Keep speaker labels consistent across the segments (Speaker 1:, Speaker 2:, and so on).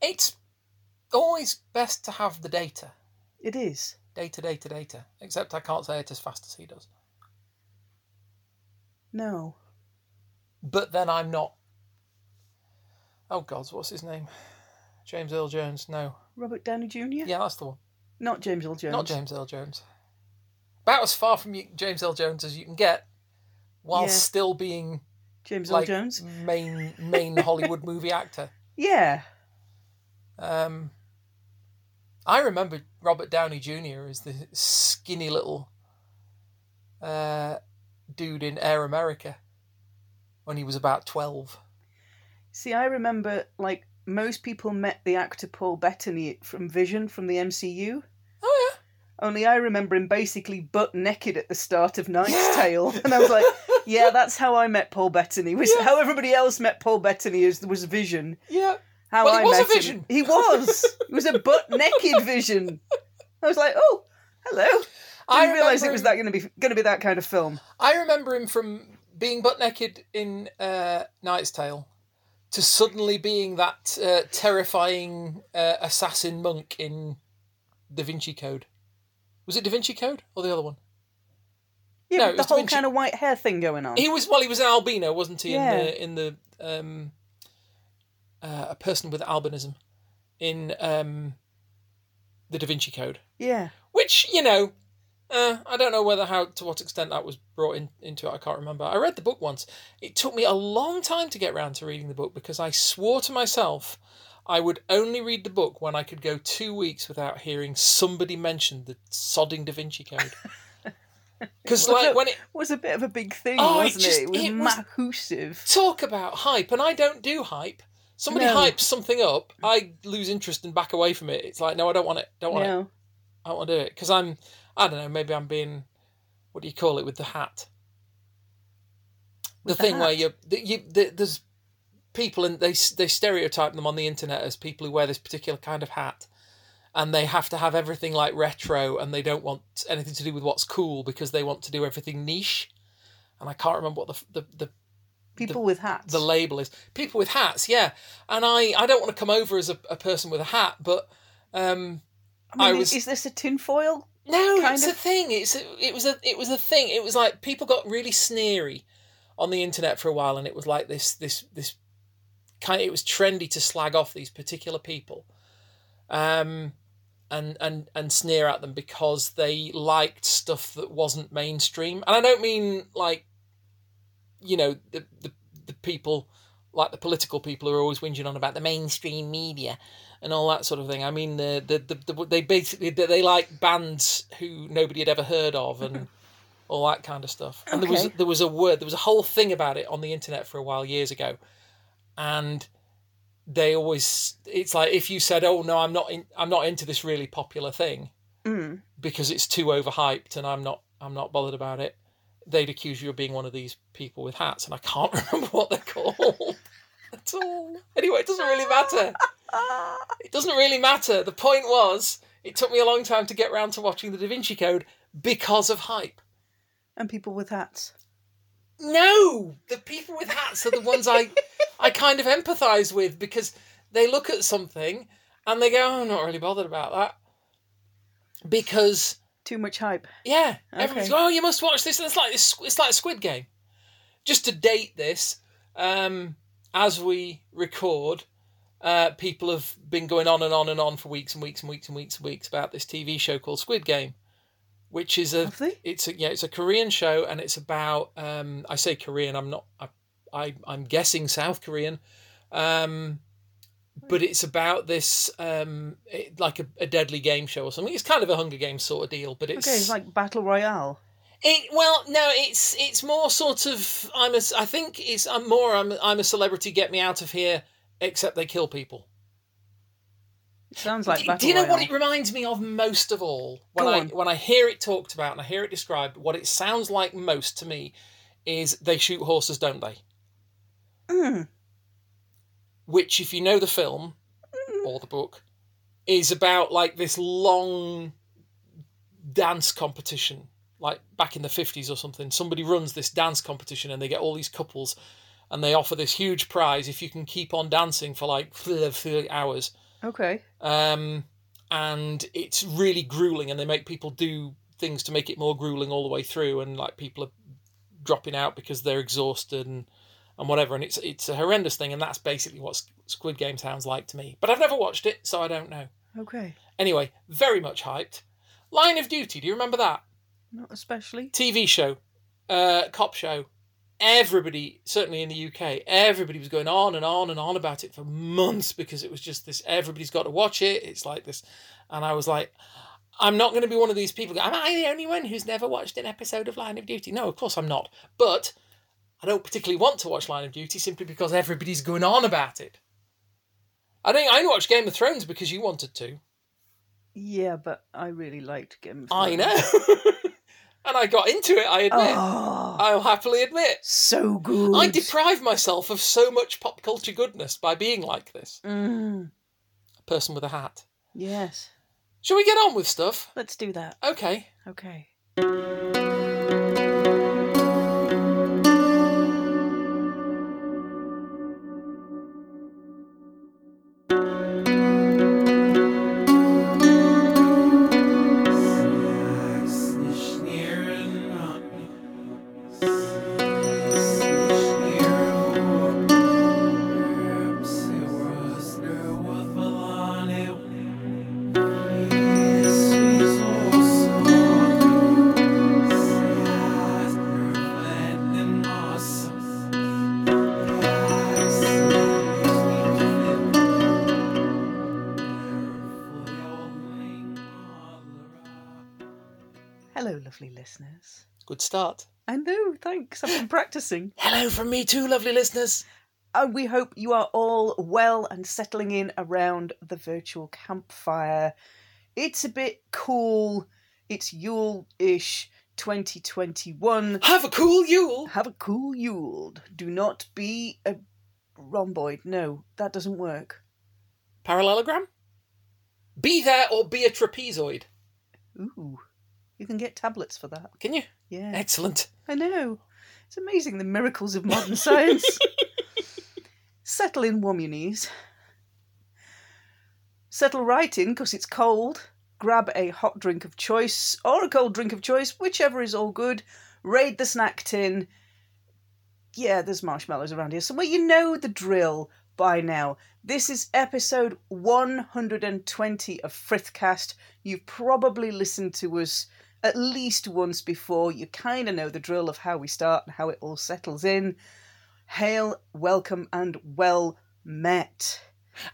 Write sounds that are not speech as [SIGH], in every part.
Speaker 1: It's always best to have the data.
Speaker 2: It is.
Speaker 1: Data, data, data. Except I can't say it as fast as he does.
Speaker 2: No.
Speaker 1: But then I'm not. Oh, gods, what's his name? James Earl Jones. No.
Speaker 2: Robert Downey Jr.?
Speaker 1: Yeah, that's the one.
Speaker 2: Not James Earl Jones.
Speaker 1: Not James Earl Jones. About as far from you- James Earl Jones as you can get while
Speaker 2: Yeah.
Speaker 1: still being
Speaker 2: James
Speaker 1: like
Speaker 2: Earl Jones?
Speaker 1: main main Hollywood movie actor.
Speaker 2: Yeah.
Speaker 1: Um, I remember Robert Downey Jr. as the skinny little uh, dude in Air America when he was about 12.
Speaker 2: See, I remember, like, most people met the actor Paul Bettany from Vision from the MCU.
Speaker 1: Oh, yeah.
Speaker 2: Only I remember him basically butt naked at the start of Knight's
Speaker 1: [LAUGHS] Yeah.
Speaker 2: Tale. And I was like, yeah, that's how I met Paul Bettany. Was
Speaker 1: Yeah.
Speaker 2: How everybody else met Paul Bettany is, was Vision.
Speaker 1: Yeah.
Speaker 2: How
Speaker 1: Well, he
Speaker 2: I
Speaker 1: was a
Speaker 2: met him.
Speaker 1: vision.
Speaker 2: He was. He was a
Speaker 1: [LAUGHS]
Speaker 2: butt naked vision. I was like, oh, hello. Didn't
Speaker 1: I
Speaker 2: realise
Speaker 1: remember
Speaker 2: it was
Speaker 1: him-
Speaker 2: that going to be going to be that kind of film.
Speaker 1: I remember him from being butt naked in uh, Knight's Tale to suddenly being that uh, terrifying uh, assassin monk in Da Vinci Code. Was it Da Vinci Code or the other one?
Speaker 2: Yeah,
Speaker 1: No, it
Speaker 2: with the
Speaker 1: was Da
Speaker 2: whole
Speaker 1: Vinci.
Speaker 2: kind of white hair thing going on.
Speaker 1: He was well. He was an albino, wasn't he?
Speaker 2: Yeah.
Speaker 1: In the in the um, uh, a person with albinism in um, the Da Vinci Code,
Speaker 2: yeah,
Speaker 1: which you know, uh, I don't know whether how to what extent that was brought in, into it. I can't remember. I read the book once. It took me a long time to get round to reading the book because I swore to myself I would only read the book when I could go two weeks without hearing somebody mention the sodding Da Vinci
Speaker 2: [LAUGHS]
Speaker 1: Code. Because
Speaker 2: Well,
Speaker 1: like
Speaker 2: look,
Speaker 1: when it
Speaker 2: was a bit of a big thing,
Speaker 1: Oh, it
Speaker 2: wasn't
Speaker 1: just-
Speaker 2: it? It was
Speaker 1: it was-
Speaker 2: massive.
Speaker 1: talk about hype, and I don't do hype. Somebody
Speaker 2: No.
Speaker 1: hypes something up, I lose interest and back away from it. It's like, no, I don't want it. Don't want it.
Speaker 2: No,
Speaker 1: I don't want to do it because I'm, I don't know. Maybe I'm being, what do you call it with the hat?
Speaker 2: With
Speaker 1: the
Speaker 2: the
Speaker 1: thing where
Speaker 2: hat?
Speaker 1: you, that you that there's people and they s- they stereotype them on the internet as people who wear this particular kind of hat, and they have to have everything like retro, and they don't want anything to do with what's cool because they want to do everything niche. And I can't remember what the f- the, the
Speaker 2: people with hats.
Speaker 1: the label is people with hats yeah and i i don't want to come over as a, a person with a hat but um
Speaker 2: I mean,
Speaker 1: I was-
Speaker 2: is this a tinfoil?
Speaker 1: no
Speaker 2: Kind
Speaker 1: it's a
Speaker 2: of.
Speaker 1: thing it's a, it was a it was a thing it was like people got really sneery on the internet for a while and it was like this this this kind it was trendy to slag off these particular people um and and and sneer at them because they liked stuff that wasn't mainstream and i don't mean like you know the the, the people like the political people who are always whinging on about the mainstream media and all that sort of thing. I mean, the the, the, the they basically they, they like bands who nobody had ever heard of and all that kind of stuff. And there was
Speaker 2: Okay.
Speaker 1: there was a word there was a whole thing about it on the internet for a while years ago, and they always it's like if you said, "Oh no, I'm not in, I'm not into this really popular thing,"
Speaker 2: Mm.
Speaker 1: because it's too overhyped and I'm not I'm not bothered about it, they'd accuse you of being one of these people with hats, and I can't [LAUGHS] remember what they're called at all. Anyway, it doesn't really matter.
Speaker 2: Ah,
Speaker 1: It doesn't really matter. The point was, it took me a long time to get round to watching The Da Vinci Code because of hype.
Speaker 2: and people with hats.
Speaker 1: No, the people with hats are the ones I I kind of empathise with because they look at something and they go, "Oh, I'm not really bothered about that," because
Speaker 2: Too much hype.
Speaker 1: Yeah, everyone's
Speaker 2: Okay.
Speaker 1: like, oh, you must watch this. It's like this. It's like Squid Game. Just to date this, um, as we record, uh, people have been going on and on and on for weeks and weeks and weeks and weeks and weeks about this TV show called Squid Game, which is a
Speaker 2: Have they?
Speaker 1: it's a yeah it's a Korean show and it's about um, I say Korean I'm not I, I I'm guessing South Korean, um, but it's about this um, it, like a, a deadly game show or something. It's kind of a Hunger Games sort of deal, but it's
Speaker 2: Okay, it's like battle royale.
Speaker 1: it well no it's it's more sort of I'm a I think it's I'm more I'm I'm a celebrity get me out of here except they kill people.
Speaker 2: It sounds like
Speaker 1: Do-
Speaker 2: battle
Speaker 1: do you know
Speaker 2: royale.
Speaker 1: what it reminds me of most of all when
Speaker 2: Go
Speaker 1: I
Speaker 2: on.
Speaker 1: when I hear it talked about and I hear it described what it sounds like most to me is they shoot horses don't they?
Speaker 2: Mm.
Speaker 1: Which if you know the film or the book is about like this long dance competition like back in the 50s or something somebody runs this dance competition and they get all these couples and they offer this huge prize if you can keep on dancing for like [LAUGHS] hours
Speaker 2: Okay.
Speaker 1: um, and it's really grueling and they make people do things to make it more grueling all the way through and like people are dropping out because they're exhausted and and whatever and it's it's a horrendous thing and that's basically what S- squid game sounds like to me but i've never watched it so i don't know
Speaker 2: Okay.
Speaker 1: anyway very much hyped line of duty do you remember that
Speaker 2: Not especially.
Speaker 1: TV show, uh, cop show. Everybody, certainly in the UK, everybody was going on and on and on about it for months because it was just this. Everybody's got to watch it. It's like this, and I was like, I'm not going to be one of these people. Am I the only one who's never watched an episode of Line of Duty? No, of course I'm not. But I don't particularly want to watch Line of Duty simply because everybody's going on about it. I think I only watched Game of Thrones because you wanted to.
Speaker 2: Yeah, but I really liked Game of
Speaker 1: I
Speaker 2: Thrones.
Speaker 1: know, and I got into it. I admit.
Speaker 2: Oh,
Speaker 1: I'll happily admit.
Speaker 2: so good.
Speaker 1: I deprive myself of so much pop culture goodness by being like this.
Speaker 2: Mm,
Speaker 1: A person with a hat.
Speaker 2: yes.
Speaker 1: Shall we get on with stuff?
Speaker 2: Let's do that.
Speaker 1: Okay.
Speaker 2: Okay. Hello, lovely listeners.
Speaker 1: Good start.
Speaker 2: I know, thanks. I've been practicing.
Speaker 1: Hello from me too, lovely listeners.
Speaker 2: And we hope you are all well and settling in around the virtual campfire. It's a bit cool. It's Yule ish 2021.
Speaker 1: Have a cool Yule.
Speaker 2: Have a cool Yule. Do not be a rhomboid. No, that doesn't work.
Speaker 1: Parallelogram? Be there or be a trapezoid.
Speaker 2: Ooh. You can get tablets for that.
Speaker 1: Can you?
Speaker 2: Yeah.
Speaker 1: Excellent.
Speaker 2: I know. It's amazing the miracles of modern science. Settle in, warm your knees. Settle right in because it's cold. Grab a hot drink of choice or a cold drink of choice, whichever is all good. Raid the snack tin. Yeah, there's marshmallows around here somewhere. You know the drill by now. This is episode 120 of Frithcast. You've probably listened to us at least once before. You kind of know the drill of how we start and how it all settles in. Hail, welcome, and well met.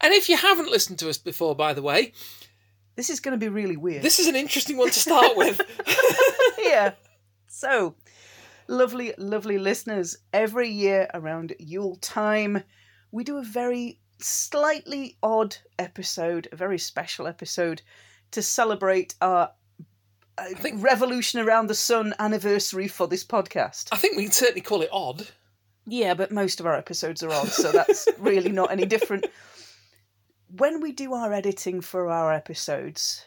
Speaker 1: And if you haven't listened to us before, by the way,
Speaker 2: This is going to be really weird.
Speaker 1: this is an interesting one to start with.
Speaker 2: [LAUGHS]
Speaker 1: [LAUGHS]
Speaker 2: yeah. So, lovely, lovely listeners, every year around Yule time, we do a very slightly odd episode, a very special episode to celebrate our uh,
Speaker 1: think-
Speaker 2: revolution around the sun anniversary for this podcast.
Speaker 1: I think we can certainly call it odd.
Speaker 2: Yeah, but most of our episodes are odd, so that's really not any different. [LAUGHS] When we do our editing for our episodes,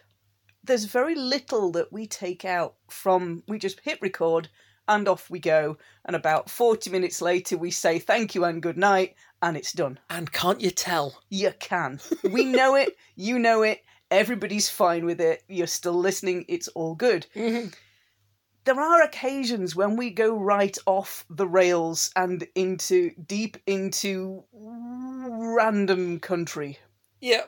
Speaker 2: there's very little that we take out from we just hit record and off we go and about 40 minutes later we say thank you and good night and it's done.
Speaker 1: And can't you tell?
Speaker 2: You can. We know it, you know it, everybody's fine with it. You're still listening, it's all good there are occasions when we go right off the rails and into deep into random country
Speaker 1: Yeah.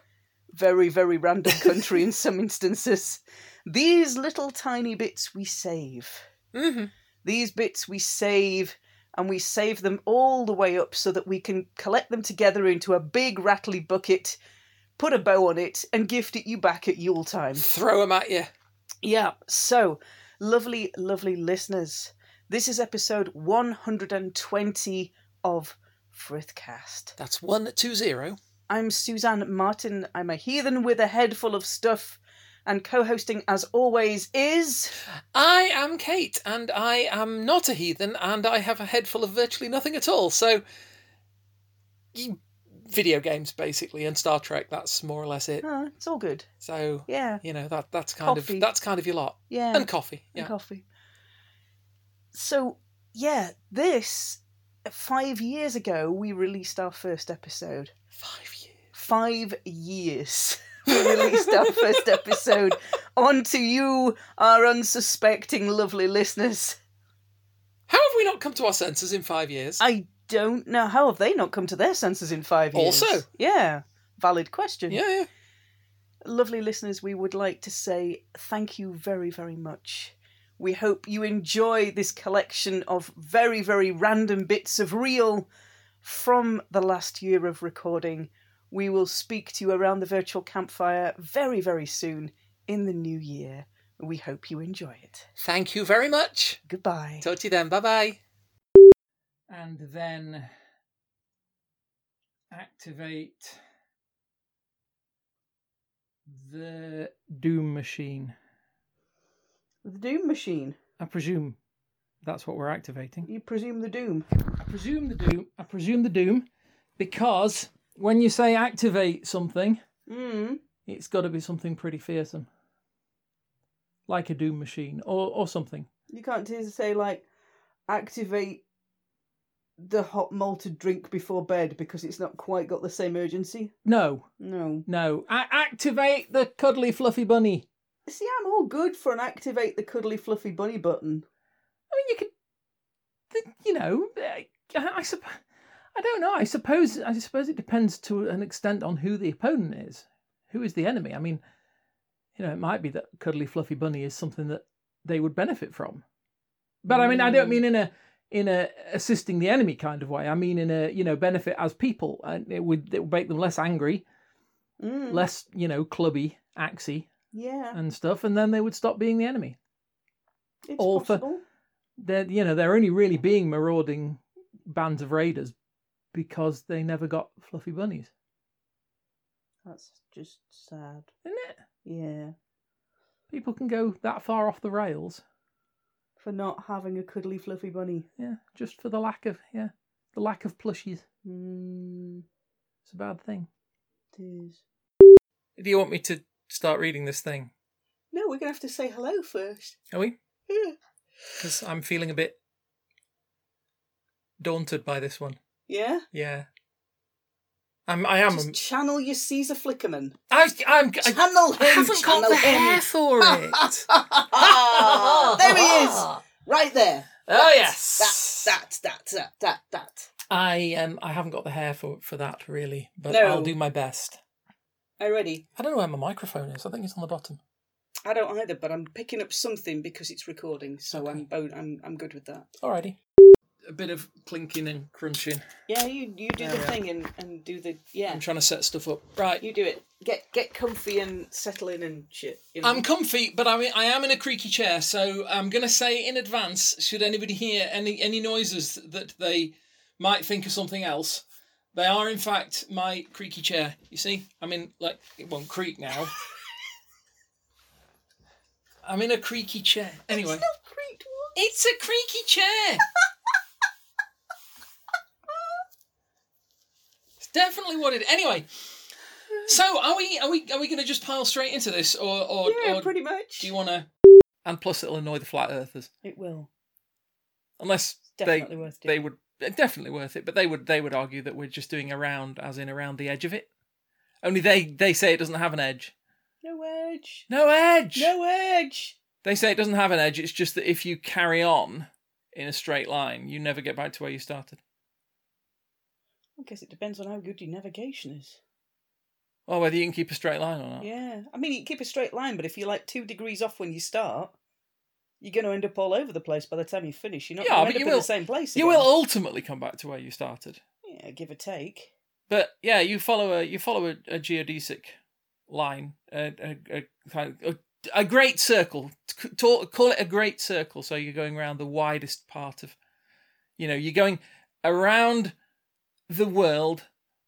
Speaker 2: very very random country in some instances these little tiny bits we save
Speaker 1: Mm-hmm.
Speaker 2: these bits we save and we save them all the way up so that we can collect them together into a big rattly bucket put a bow on it and gift it you back at yule time
Speaker 1: Throw them at you.
Speaker 2: yeah. So, lovely, lovely listeners. This is episode 120 of Frithcast.
Speaker 1: That's one, two, zero.
Speaker 2: I'm Suzanne Martin. I'm a heathen with a head full of stuff. And co hosting, as always, is.
Speaker 1: I am Kate, and I am not a heathen, and I have a head full of virtually nothing at all. So, you- video games basically, and Star Trek. That's more or less it.
Speaker 2: Ah, it's all good.
Speaker 1: So,
Speaker 2: Yeah.
Speaker 1: you know that that's kind
Speaker 2: Coffee.
Speaker 1: of that's kind of your lot,
Speaker 2: Yeah.
Speaker 1: and coffee.
Speaker 2: and
Speaker 1: Yeah,
Speaker 2: coffee. So, yeah, this, five years ago, we released our first episode.
Speaker 1: five years.
Speaker 2: five years. [LAUGHS] we released our first episode. On to you, our unsuspecting, lovely listeners.
Speaker 1: [LAUGHS] How have we not come to our senses in five years?
Speaker 2: I don't know. How have they not come to their senses in five years?
Speaker 1: Also.
Speaker 2: Yeah. Valid question.
Speaker 1: yeah, yeah.
Speaker 2: lovely listeners, we would like to say thank you very, very much. We hope you enjoy this collection of very, very random bits of real from the last year of recording. We will speak to you around the virtual campfire very, very soon in the new year. We hope you enjoy it.
Speaker 1: Thank you very much.
Speaker 2: Goodbye.
Speaker 1: Talk to you then. Bye bye. And then activate the Doom Machine.
Speaker 2: The Doom Machine.
Speaker 1: I presume that's what we're activating.
Speaker 2: You presume the Doom.
Speaker 1: I presume the Doom. I presume the Doom because when you say activate something,
Speaker 2: Mm.
Speaker 1: it's got to be something pretty fearsome, like a Doom Machine or, or something.
Speaker 2: You can't just say, like, activate the hot malted drink before bed because it's not quite got the same urgency.
Speaker 1: No,
Speaker 2: No.
Speaker 1: no. A- activate the cuddly fluffy bunny.
Speaker 2: See, I'm all good for an activate the cuddly fluffy bunny button.
Speaker 1: I mean, you could, th- you know, I, I suppose, I don't know. I suppose, I suppose it depends to an extent on who the opponent is, who is the enemy. I mean, you know, it might be that cuddly fluffy bunny is something that they would benefit from, but I mean, I don't
Speaker 2: Mm.
Speaker 1: mean in a in a assisting the enemy kind of way. I mean in a you know benefit as people, and it would it would make them less angry,
Speaker 2: Mm.
Speaker 1: less you know clubby, axy,
Speaker 2: yeah,
Speaker 1: and stuff, and then they would stop being the enemy.
Speaker 2: it's
Speaker 1: all for-
Speaker 2: possible.
Speaker 1: they're you know they're only really being marauding bands of raiders because they never got fluffy bunnies,
Speaker 2: That's just sad.
Speaker 1: isn't it?
Speaker 2: Yeah,
Speaker 1: People can go that far off the rails,
Speaker 2: for not having a cuddly fluffy bunny.
Speaker 1: yeah, just for the lack of yeah, the lack of plushies.
Speaker 2: Mm,
Speaker 1: It's a bad thing.
Speaker 2: it is.
Speaker 1: Do you want me to start reading this thing?
Speaker 2: No, we're gonna have to say hello first.
Speaker 1: Are we?
Speaker 2: Yeah.
Speaker 1: Because I'm feeling a bit daunted by this one.
Speaker 2: Yeah.
Speaker 1: Yeah, I'm. I am.
Speaker 2: Just channel your Caesar Flickerman.
Speaker 1: I, I'm. I,
Speaker 2: Channel him.
Speaker 1: I haven't
Speaker 2: channel
Speaker 1: got the
Speaker 2: him.
Speaker 1: hair for
Speaker 2: [LAUGHS]
Speaker 1: it. [LAUGHS]
Speaker 2: there he is, right there.
Speaker 1: Ah. Oh
Speaker 2: That,
Speaker 1: yes.
Speaker 2: That that that that that.
Speaker 1: I um I haven't got the hair for for that really, but
Speaker 2: No.
Speaker 1: I'll do my best.
Speaker 2: Are you ready?
Speaker 1: I don't know where my microphone is. I think it's on the bottom.
Speaker 2: I don't either, but I'm picking up something because it's recording, so
Speaker 1: Okay.
Speaker 2: I'm, bo- I'm I'm good with that.
Speaker 1: Alrighty. A bit of clinking and crunching.
Speaker 2: Yeah, you you do
Speaker 1: There
Speaker 2: the
Speaker 1: we are.
Speaker 2: thing and, and do the yeah.
Speaker 1: I'm trying to set stuff up. Right.
Speaker 2: You do it. Get get comfy and settle in and shit. You know?
Speaker 1: I'm comfy, but I mean, I am in a creaky chair, so I'm gonna say in advance, should anybody hear any any noises that they might think of something else, they are in fact my creaky chair. You see, I mean, like it won't creak
Speaker 2: [LAUGHS]
Speaker 1: now. I'm in a creaky chair. Anyway.
Speaker 2: It's not creaked once.
Speaker 1: It's a creaky
Speaker 2: [LAUGHS]
Speaker 1: chair. it's definitely what it. Anyway, so are we? Are we? Are we going to just pile straight into this, or or,
Speaker 2: yeah,
Speaker 1: or
Speaker 2: pretty much.
Speaker 1: do you want to? And plus, it'll annoy the flat earthers,
Speaker 2: It will.
Speaker 1: unless
Speaker 2: It's definitely worth
Speaker 1: they
Speaker 2: doing.
Speaker 1: would eh, definitely worth it. But they would they would argue that we're just doing around, as in around the edge of it. Only they they say it doesn't have an edge.
Speaker 2: No edge.
Speaker 1: No edge.
Speaker 2: No edge.
Speaker 1: They say it doesn't have an edge. It's just that if you carry on in a straight line, you never get back to where you started.
Speaker 2: I guess it depends on how good your navigation is.
Speaker 1: Well, whether you can keep a straight line or not.
Speaker 2: Yeah. I mean, you can keep a straight line, but if you're like two degrees off when you start, you're going to end up all over the place by the time you finish. You're not
Speaker 1: Yeah,
Speaker 2: going
Speaker 1: but
Speaker 2: to end up
Speaker 1: you
Speaker 2: in
Speaker 1: will-
Speaker 2: the same place.
Speaker 1: You
Speaker 2: again.
Speaker 1: will ultimately come back to where you started.
Speaker 2: Yeah, give or take.
Speaker 1: But yeah, you follow a you follow a, a geodesic line, a, a, a, kind of- a, a great circle. C- ta- Call it a great circle. So you're going around the widest part of, you know, you're going around the world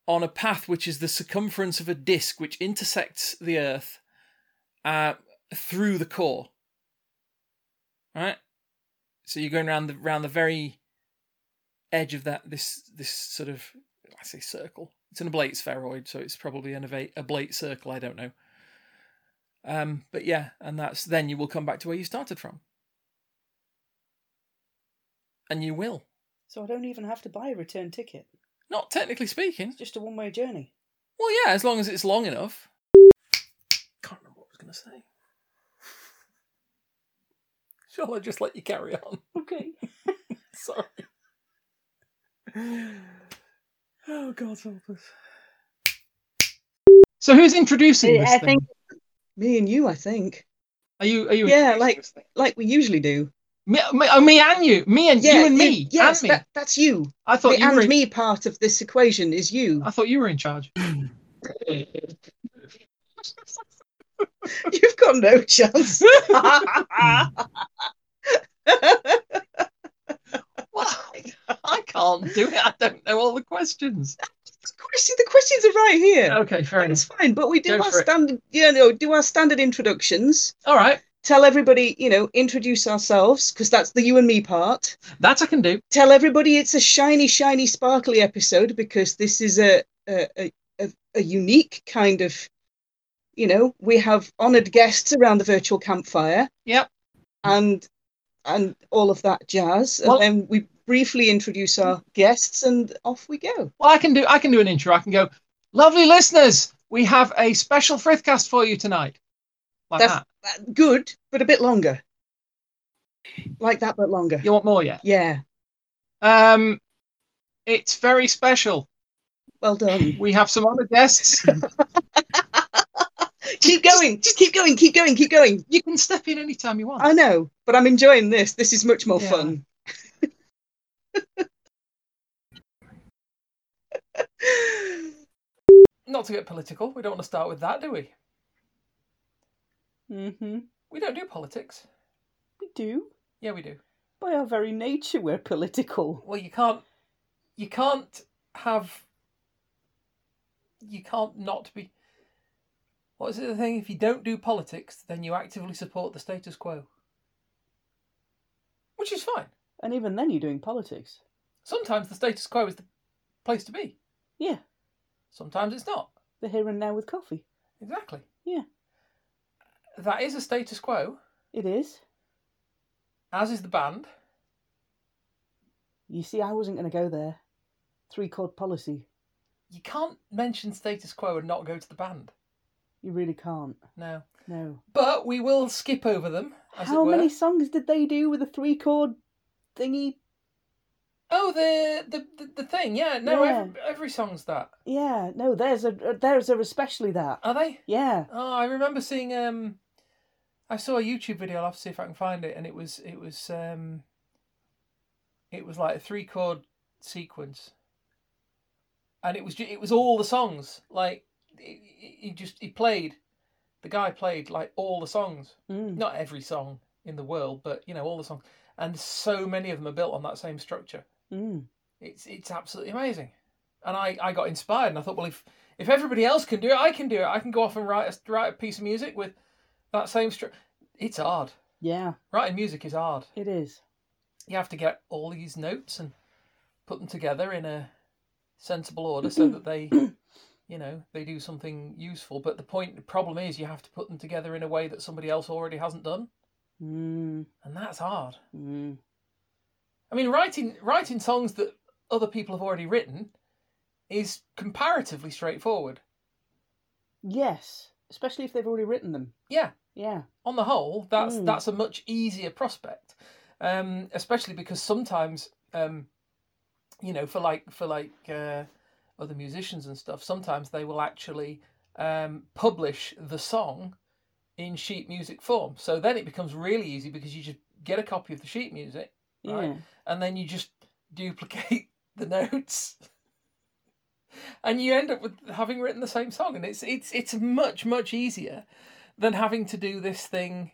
Speaker 1: on a path which is the circumference of a disk which intersects the Earth uh, through the core. Right. So you're going around the around the very edge of that this this sort of I say circle. It's an oblate spheroid, so it's probably an ova- oblate circle. I don't know. Um, but yeah, and that's then you will come back to where you started from, and you will
Speaker 2: So I don't even have to buy a return ticket.
Speaker 1: not technically speaking.
Speaker 2: It's just a one way journey.
Speaker 1: Well, yeah, as long as it's long enough. Can't remember what I was going to say. [LAUGHS] Shall I just let you carry on? [LAUGHS]
Speaker 2: Okay.
Speaker 1: Sorry. [SIGHS] Oh, God help us. So who's introducing this
Speaker 3: I
Speaker 1: thing?
Speaker 3: think me and you. I think
Speaker 1: Are you? Are you?
Speaker 3: Yeah,
Speaker 1: introducing
Speaker 3: like-
Speaker 1: this thing?
Speaker 3: like we usually do.
Speaker 1: me, me, oh, me and you, me and you and me,
Speaker 3: Yes,
Speaker 1: and me.
Speaker 3: that- that's you.
Speaker 1: I thought
Speaker 3: the
Speaker 1: you
Speaker 3: and
Speaker 1: were. in-
Speaker 3: me part of this equation is [LAUGHS] you.
Speaker 1: I thought you were in [LAUGHS] charge.
Speaker 3: You've got no [LAUGHS] chance.
Speaker 1: Well, I, I can't do it. I don't know all the questions.
Speaker 3: Question- the questions are right here.
Speaker 1: Okay, fair
Speaker 3: It's
Speaker 1: enough.
Speaker 3: fine, but we do
Speaker 1: Go
Speaker 3: our
Speaker 1: for it.
Speaker 3: standard, you know, do our standard introductions.
Speaker 1: All right,
Speaker 3: Tell everybody, you know, introduce ourselves because that's the you and me part.
Speaker 1: that I can do.
Speaker 3: Tell everybody it's a shiny, shiny, sparkly episode because this is a a, a, a, a unique kind of, you know, we have honoured guests around the virtual campfire.
Speaker 1: Yep.
Speaker 3: And and all of that jazz, and
Speaker 1: Well-
Speaker 3: then we briefly introduce our guests, and off we go.
Speaker 1: Well, I can do. I can do an intro. I can go. Lovely listeners, we have a special Frithcast for you tonight. Like
Speaker 3: That's-
Speaker 1: that.
Speaker 3: Uh, Good, but a bit longer. Like that, but longer.
Speaker 1: You want more? Yeah.
Speaker 3: Yeah,
Speaker 1: Um, it's very special.
Speaker 3: well
Speaker 2: [LAUGHS]
Speaker 3: done.
Speaker 1: We have some
Speaker 3: [LAUGHS]
Speaker 1: other guests.
Speaker 3: keep going, just keep going, keep going, keep going.
Speaker 1: you can step in anytime you want.
Speaker 3: I know, but I'm enjoying this. This is much more
Speaker 1: Yeah.
Speaker 3: fun.
Speaker 1: Not to get political, we don't want to start with that, do we?
Speaker 2: [LAUGHS] Mm-hmm.
Speaker 1: We don't do politics.
Speaker 2: We do.
Speaker 1: Yeah, we do.
Speaker 2: By our very nature, we're political.
Speaker 1: Well, you can't, you can't have, you can't not be. What is it the thing? If you don't do politics, then you actively support the status quo, which is fine.
Speaker 2: And even then, you're doing politics.
Speaker 1: Sometimes the status quo is the place to be.
Speaker 2: Yeah.
Speaker 1: Sometimes it's not.
Speaker 2: The here and now with coffee.
Speaker 1: Exactly.
Speaker 2: Yeah.
Speaker 1: That is a status quo,
Speaker 2: It is.
Speaker 1: as is the band.
Speaker 2: You see, I wasn't going to go there. Three chord policy.
Speaker 1: You can't mention status quo and not go to the band.
Speaker 2: You really can't.
Speaker 1: No.
Speaker 2: No.
Speaker 1: But we will skip over them, as
Speaker 2: How
Speaker 1: it were.
Speaker 2: many songs did they do with a three chord thingy?
Speaker 1: Oh, the the the, the thing, yeah. No,
Speaker 2: Yeah.
Speaker 1: Every, every song's that.
Speaker 2: Yeah. No, there's a uh, there's a especially that.
Speaker 1: Are they?
Speaker 2: Yeah.
Speaker 1: Oh, I remember seeing. Um, I saw a YouTube video. I'll have to see if I can find it. And it was it was um. It was like a three chord sequence. And it was ju- it was all the songs. Like he- he he just he played, the guy played like all the songs.
Speaker 2: Mm.
Speaker 1: Not every song in the world, but you know all the songs. And so many of them are built on that same structure.
Speaker 2: Mm.
Speaker 1: It's it's absolutely amazing, and I, I got inspired and I thought, well, if if everybody else can do it, I can do it. I can go off and write a, write a piece of music with that same stru It's hard.
Speaker 2: Yeah.
Speaker 1: Writing music is hard.
Speaker 2: It is.
Speaker 1: You have to get all these notes and put them together in a sensible order so that they, you know, they do something useful. But the point, the problem is, you have to put them together in a way that somebody else already hasn't done,
Speaker 2: Mm.
Speaker 1: and that's hard.
Speaker 2: Mm.
Speaker 1: I mean, writing writing songs that other people have already written is comparatively straightforward.
Speaker 2: Yes. Especially if they've already written them.
Speaker 1: Yeah,
Speaker 2: Yeah.
Speaker 1: on the whole, that's
Speaker 2: Mm.
Speaker 1: that's a much easier prospect, um, especially because sometimes, um, you know, for like for like uh, other musicians and stuff, sometimes they will actually um, publish the song in sheet music form. So then it becomes really easy because you just get a copy of the sheet music Right.
Speaker 2: Yeah.
Speaker 1: and then you just duplicate [LAUGHS] the notes and you end up with having written the same song and it's it's it's much much easier than having to do this thing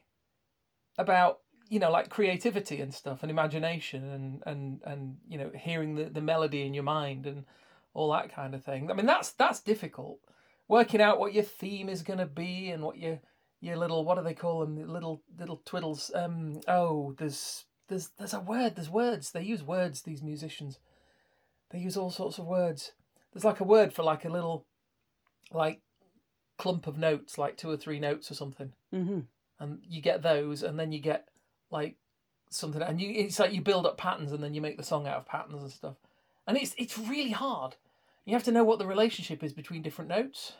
Speaker 1: about you know like creativity and stuff and imagination and and and you know hearing the, the melody in your mind and all that kind of thing i mean that's that's difficult working out what your theme is going to be and what your your little what do they call them the little little twiddles um oh there's there's there's a word there's words they use words these musicians they use all sorts of words there's like a word for like a little like clump of notes like two or three notes or something
Speaker 2: Mm-hmm.
Speaker 1: and you get those and then you get like something and you it's like you build up patterns and then you make the song out of patterns and stuff and it's it's really hard You have to know what the relationship is between different notes.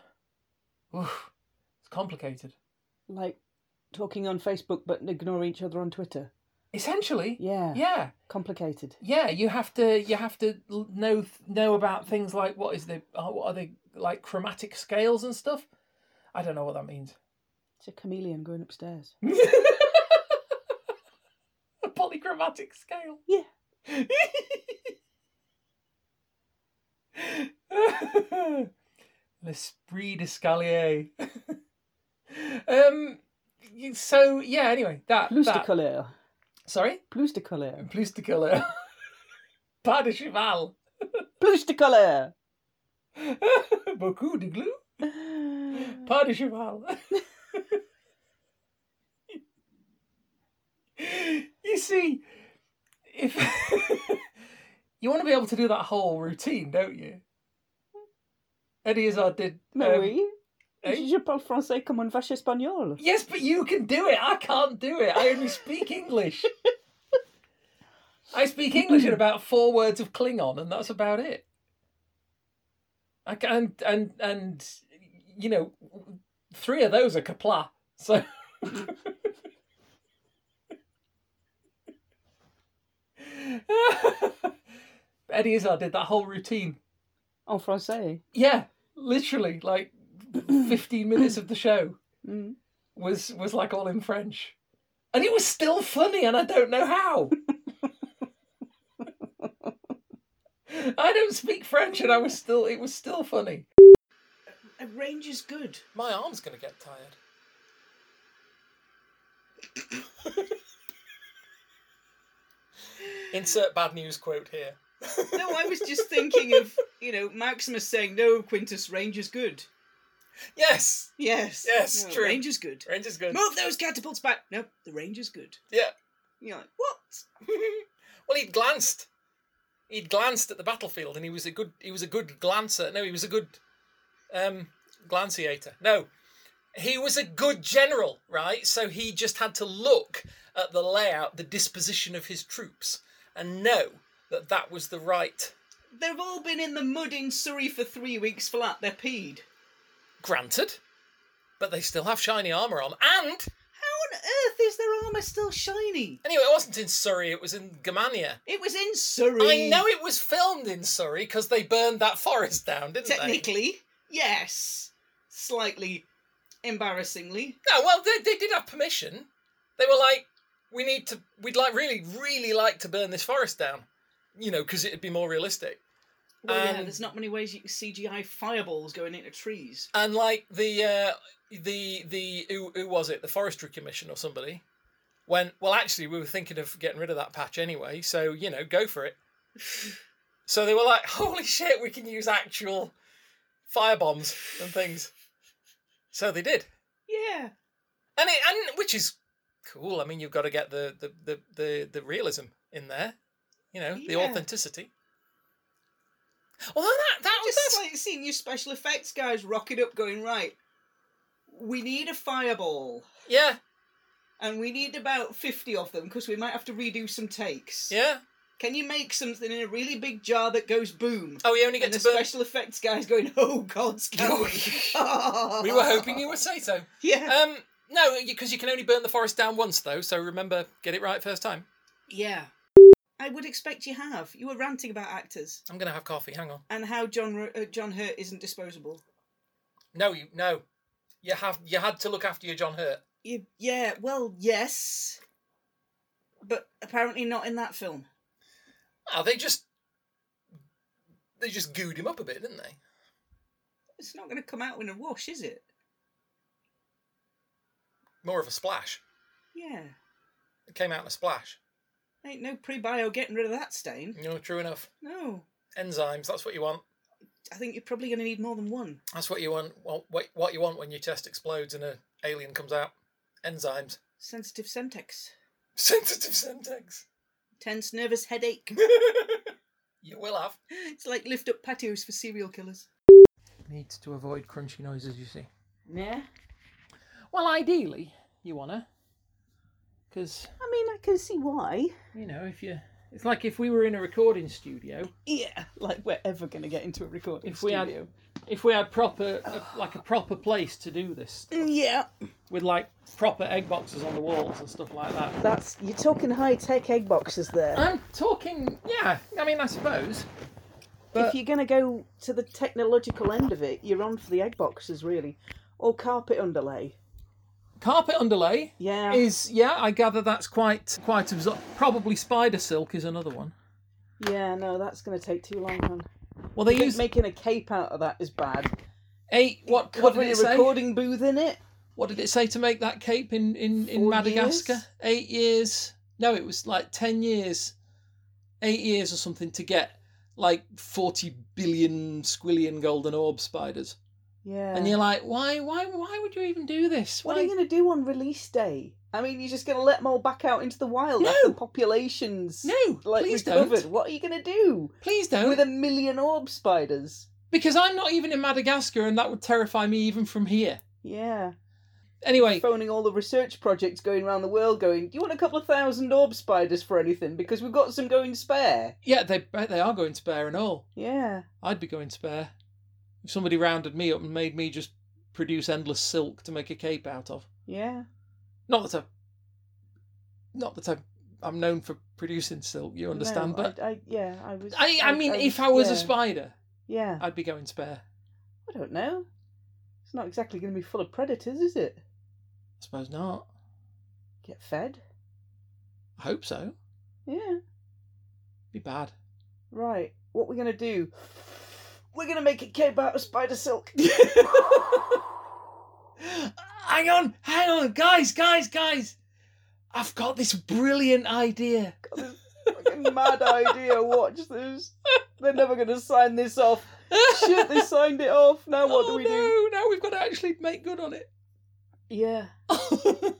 Speaker 1: Oof, it's complicated.
Speaker 2: Like talking on Facebook but ignoring each other on Twitter.
Speaker 1: Essentially,
Speaker 2: Yeah.
Speaker 1: yeah,
Speaker 2: Complicated.
Speaker 1: yeah. You have to you have to l- know know about things like what is the uh, what are they like chromatic scales and stuff. I don't know what that means. [LAUGHS]
Speaker 2: It's a chameleon going upstairs.
Speaker 1: A polychromatic scale.
Speaker 2: Yeah.
Speaker 1: [LAUGHS] L'esprit d'escalier. [LAUGHS] um. you- So yeah. Anyway, that.
Speaker 2: Plus de
Speaker 1: that.
Speaker 2: couleur.
Speaker 1: Sorry.
Speaker 2: Plus de couleur.
Speaker 1: Plus de [LAUGHS] couleur. Pas de [LAUGHS] cheval.
Speaker 2: Plus de
Speaker 1: [LAUGHS]
Speaker 2: couleur.
Speaker 1: Beaucoup de glue. Pas de cheval. [LAUGHS] you see, if [LAUGHS] you want to be able to do that whole routine, don't you? Eddie Izzard did.
Speaker 2: Mais
Speaker 1: um,
Speaker 2: oui.
Speaker 1: eh?
Speaker 2: Je parle français comme une vache espagnole.
Speaker 1: Yes, but you can do it. I can't do it. I only speak English. I speak English in about four words of Klingon, and that's about it. I can and and, and you know, three of those are kapla. So. [LAUGHS] Eddie Izzard did that whole routine.
Speaker 2: En français.
Speaker 1: Yeah, literally, like fifteen minutes of the show
Speaker 2: Mm.
Speaker 1: was was like all in French, and it was still funny, and I don't know how. I don't speak French, and I was still it was still funny.
Speaker 2: A range is good.
Speaker 1: My arm's gonna get tired. Insert bad news quote here.
Speaker 2: No, I was just thinking of, you know, Maximus saying, no, Quintus, range is good.
Speaker 1: Yes,
Speaker 2: Yes.
Speaker 1: Yes,
Speaker 2: No,
Speaker 1: true.
Speaker 2: Range is good.
Speaker 1: range is good.
Speaker 2: Move those catapults back. No, the range is good.
Speaker 1: Yeah.
Speaker 2: You're like, what?
Speaker 1: [LAUGHS] well, he'd glanced. He'd glanced at the battlefield, and he was a good. He was a good glancer. No, he was a good um, glanciator. No, he was a good general, right? So he just had to look at the layout, the disposition of his troops, and know that that was the right.
Speaker 2: They've all been in the mud in Surrey for three weeks flat. They're peed.
Speaker 1: Granted, but they still have shiny armor on, and
Speaker 2: How on earth is their armour still shiny?
Speaker 1: anyway, it wasn't in Surrey; it was in Germania.
Speaker 2: It was in Surrey.
Speaker 1: I know it was filmed in Surrey because they burned that forest down, didn't they?
Speaker 2: Technically, yes. Slightly embarrassingly.
Speaker 1: No, well, they, they did have permission. They were like, we need to, we'd like really, really like to burn this forest down, you know, because it'd be more realistic.
Speaker 2: Well, yeah,
Speaker 1: Um,
Speaker 2: there's not many ways you can CGI fireballs going into trees.
Speaker 1: And like the, uh, the, the, who, who was it? The Forestry Commission or somebody went, well, actually, we were thinking of getting rid of that patch anyway, so, you know, go for it. so they were like, holy shit, we can use actual fire bombs and things. So they did.
Speaker 2: Yeah.
Speaker 1: and it and which is cool. I mean, you've got to get the the the the, the realism in there, you know, the
Speaker 2: Yeah.
Speaker 1: authenticity. Well, that that was
Speaker 2: Just like seeing you special effects guys rocket up going, right, we need a fireball.
Speaker 1: yeah
Speaker 2: And we need about 50 of them because we might have to redo some takes.
Speaker 1: yeah.
Speaker 2: Can you make something in a really big jar that goes boom?
Speaker 1: Oh, we only
Speaker 2: and
Speaker 1: get
Speaker 2: the
Speaker 1: to burn.
Speaker 2: special effects guys going, [LAUGHS] oh,
Speaker 1: [LAUGHS]
Speaker 2: God's can [LAUGHS] we?
Speaker 1: We were hoping you would say so.
Speaker 2: Yeah.
Speaker 1: Um, no, because you can only burn the forest down once, though. So remember, get it right first time.
Speaker 2: Yeah. I would expect you have. You were ranting about actors
Speaker 1: I'm gonna have coffee. Hang on.
Speaker 2: and how John Ro- uh, John Hurt isn't disposable.
Speaker 1: No, you no, you have you had to look after your John Hurt.
Speaker 2: You, yeah, well, yes. But apparently not in that film.
Speaker 1: Oh, they just they just gooed him up a bit, didn't they?
Speaker 2: It's not going to come out in a wash, is it?
Speaker 1: More of a splash.
Speaker 2: Yeah.
Speaker 1: It came out in a splash.
Speaker 2: Ain't no prebio getting rid of that stain.
Speaker 1: You know, true enough.
Speaker 2: No.
Speaker 1: enzymes. That's what you want.
Speaker 2: I think you're probably going to need more than one.
Speaker 1: That's what you want. What what- what you want when your chest explodes and a alien comes out. Enzymes. [LAUGHS]
Speaker 2: Sensitive Semtex.
Speaker 1: Sensitive syntax.
Speaker 2: Tense nervous [LAUGHS] headache.
Speaker 1: you will have.
Speaker 2: it's like lift up patios for serial killers.
Speaker 1: Needs to avoid crunchy noises. You see.
Speaker 2: Yeah.
Speaker 1: Well, ideally, you wanna, because
Speaker 2: I mean, I can see why.
Speaker 1: you know if you It's like if we were in a recording studio,
Speaker 2: Yeah, like we're ever going to get into a recording
Speaker 1: If we had-
Speaker 2: studio.
Speaker 1: if we had proper, a, like a proper place to do this
Speaker 2: Yeah,
Speaker 1: with like proper egg boxes on the walls and stuff like that.
Speaker 2: that's you're talking high tech egg boxes there.
Speaker 1: I'm talking, yeah. I mean, I suppose.
Speaker 2: if you're going to go to the technological end of it, you're on for the egg boxes really, or carpet underlay.
Speaker 1: Carpet underlay
Speaker 2: Yeah,
Speaker 1: is, yeah, I gather that's quite quite absor- probably spider silk is another one.
Speaker 2: yeah. No, that's going to take too long. Man.
Speaker 1: Well, they
Speaker 2: Think
Speaker 1: use
Speaker 2: making a cape out of that is bad.
Speaker 1: eight. What, what did
Speaker 2: Covering
Speaker 1: it
Speaker 2: a
Speaker 1: say?
Speaker 2: recording booth in it.
Speaker 1: What did it say to make that cape in in in
Speaker 2: Four
Speaker 1: Madagascar?
Speaker 2: years?
Speaker 1: Eight years? No, it was like ten years, eight years or something to get like forty billion squillion golden orb spiders.
Speaker 2: Yeah.
Speaker 1: And you're like, why, why, why would you even do this?
Speaker 2: What
Speaker 1: why?
Speaker 2: are you going to do on release day? I mean, you're just going to let them all back out into the wild
Speaker 1: No.
Speaker 2: after the populations
Speaker 1: No,
Speaker 2: like
Speaker 1: please
Speaker 2: recovered.
Speaker 1: don't.
Speaker 2: What are you going to do
Speaker 1: Please don't.
Speaker 2: with a million orb spiders?
Speaker 1: Because I'm not even in Madagascar, and that would terrify me even from here.
Speaker 2: Yeah,
Speaker 1: Anyway,
Speaker 2: phoning all the research projects going around the world, going, "Do you want a couple of thousand orb spiders for anything? Because we've got some going spare."
Speaker 1: yeah, they they are going spare and all.
Speaker 2: Yeah,
Speaker 1: I'd be going spare if somebody rounded me up and made me just produce endless silk to make a cape out of.
Speaker 2: yeah.
Speaker 1: Not that I, not that I, I'm known for producing silk. You understand?
Speaker 2: No,
Speaker 1: but
Speaker 2: I, I, yeah, I was.
Speaker 1: I, I, mean, if I was a spider,
Speaker 2: yeah,
Speaker 1: I'd be going spare.
Speaker 2: I don't know. It's not exactly going to be full of predators, is it?
Speaker 1: I suppose not.
Speaker 2: Get fed.
Speaker 1: I hope so.
Speaker 2: Yeah.
Speaker 1: Be bad.
Speaker 2: Right, what we're gonna do? We're gonna make a cape out of spider silk.
Speaker 1: [GASPS] hang on, hang on, guys, guys, guys. I've got this brilliant idea.
Speaker 2: Fucking mad
Speaker 1: [LAUGHS]
Speaker 2: idea. Watch this. They're never gonna sign this off. Shit, they signed it off. Now what do
Speaker 1: oh,
Speaker 2: we
Speaker 1: no,
Speaker 2: do?
Speaker 1: Now we've got to actually make good on [LAUGHS]
Speaker 2: Yeah.
Speaker 1: it.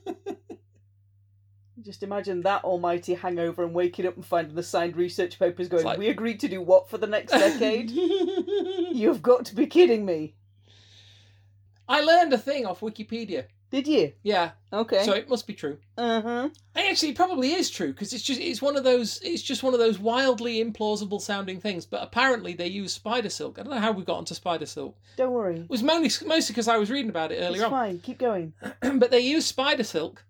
Speaker 2: Just imagine that almighty hangover and waking up and finding the signed research papers going,
Speaker 1: like-
Speaker 2: We agreed to do what for the next
Speaker 1: [LAUGHS]
Speaker 2: decade? You've got to be kidding me.
Speaker 1: I learned a thing off Wikipedia.
Speaker 2: Did you?
Speaker 1: Yeah,
Speaker 2: Okay.
Speaker 1: so it must be true.
Speaker 2: Uh-huh.
Speaker 1: It actually probably is true because it's just it's one of those it's just one of those wildly implausible sounding things. But apparently they use spider silk. I don't know how we got onto spider silk.
Speaker 2: Don't worry.
Speaker 1: It was mainly mostly because I was reading about it earlier
Speaker 2: It's
Speaker 1: on.
Speaker 2: fine, keep going.
Speaker 1: [CLEARS THROAT] but they use spider silk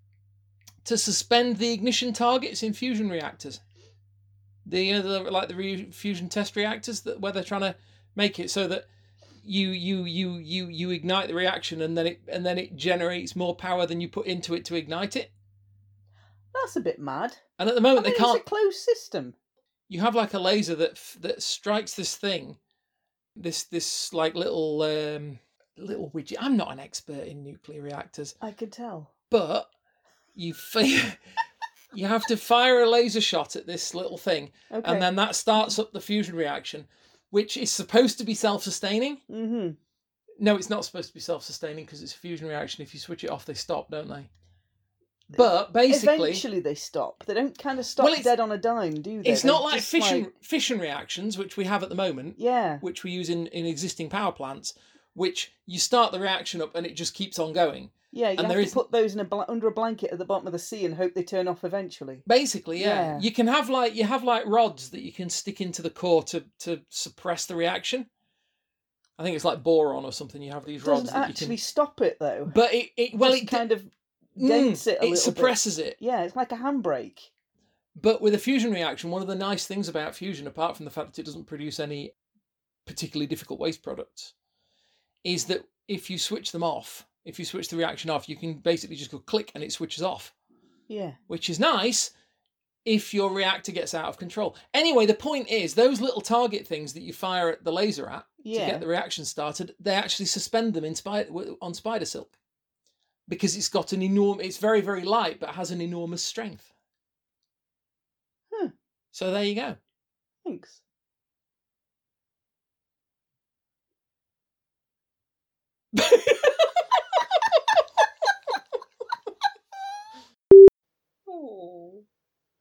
Speaker 1: to suspend the ignition targets in fusion reactors. The, you know, the like the re- fusion test reactors that where they're trying to make it so that you you you you you ignite the reaction and then it and then it generates more power than you put into it to ignite it.
Speaker 2: That's a bit mad.
Speaker 1: And at the
Speaker 2: I
Speaker 1: moment
Speaker 2: mean,
Speaker 1: they
Speaker 2: it's
Speaker 1: can't.
Speaker 2: a closed system.
Speaker 1: You have like a laser that f- that strikes this thing, this this like little um little widget. I'm not an expert in nuclear reactors.
Speaker 2: I could tell.
Speaker 1: but you fi- [LAUGHS] you have to fire a laser shot at this little thing,
Speaker 2: Okay.
Speaker 1: and then that starts up the fusion reaction, which is supposed to be self-sustaining.
Speaker 2: Mm-hmm.
Speaker 1: No, it's not supposed to be self-sustaining because it's a fusion reaction. If you switch it off, they stop, don't they? But basically,
Speaker 2: eventually they stop. They don't kind of stop
Speaker 1: Well, it's-
Speaker 2: dead on a dime, do they?
Speaker 1: it's
Speaker 2: They're
Speaker 1: not like
Speaker 2: just
Speaker 1: fission
Speaker 2: like-
Speaker 1: fission reactions, which we have at the moment,
Speaker 2: yeah,
Speaker 1: which we use in in existing power plants, which you start the reaction up and it just keeps on going.
Speaker 2: yeah. You
Speaker 1: and
Speaker 2: have
Speaker 1: there
Speaker 2: to
Speaker 1: is-
Speaker 2: put those in a bl- under a blanket at the bottom of the sea and hope they turn off eventually.
Speaker 1: Basically, yeah.
Speaker 2: Yeah.
Speaker 1: You can have like you have like rods that you can stick into the core to to suppress the reaction. I think it's like boron or something. You have these
Speaker 2: It
Speaker 1: rods
Speaker 2: doesn't
Speaker 1: that
Speaker 2: actually
Speaker 1: you
Speaker 2: stop it though.
Speaker 1: can. But it, it well
Speaker 2: Just
Speaker 1: it
Speaker 2: kind of
Speaker 1: mm,
Speaker 2: dents it a little
Speaker 1: it
Speaker 2: bit.
Speaker 1: suppresses it.
Speaker 2: yeah, it's like a handbrake.
Speaker 1: But with a fusion reaction, one of the nice things about fusion, apart from the fact that it doesn't produce any particularly difficult waste products, is that if you switch them off, if you switch the reaction off, you can basically just go click and it switches off.
Speaker 2: Yeah,
Speaker 1: which is nice if your reactor gets out of control. Anyway, the point is those little target things that you fire at the laser at to
Speaker 2: yeah.
Speaker 1: get the reaction started, they actually suspend them in spider on spider silk because it's got an enormous. It's very very light, but has an enormous strength.
Speaker 2: Huh.
Speaker 1: So there you go.
Speaker 2: Thanks.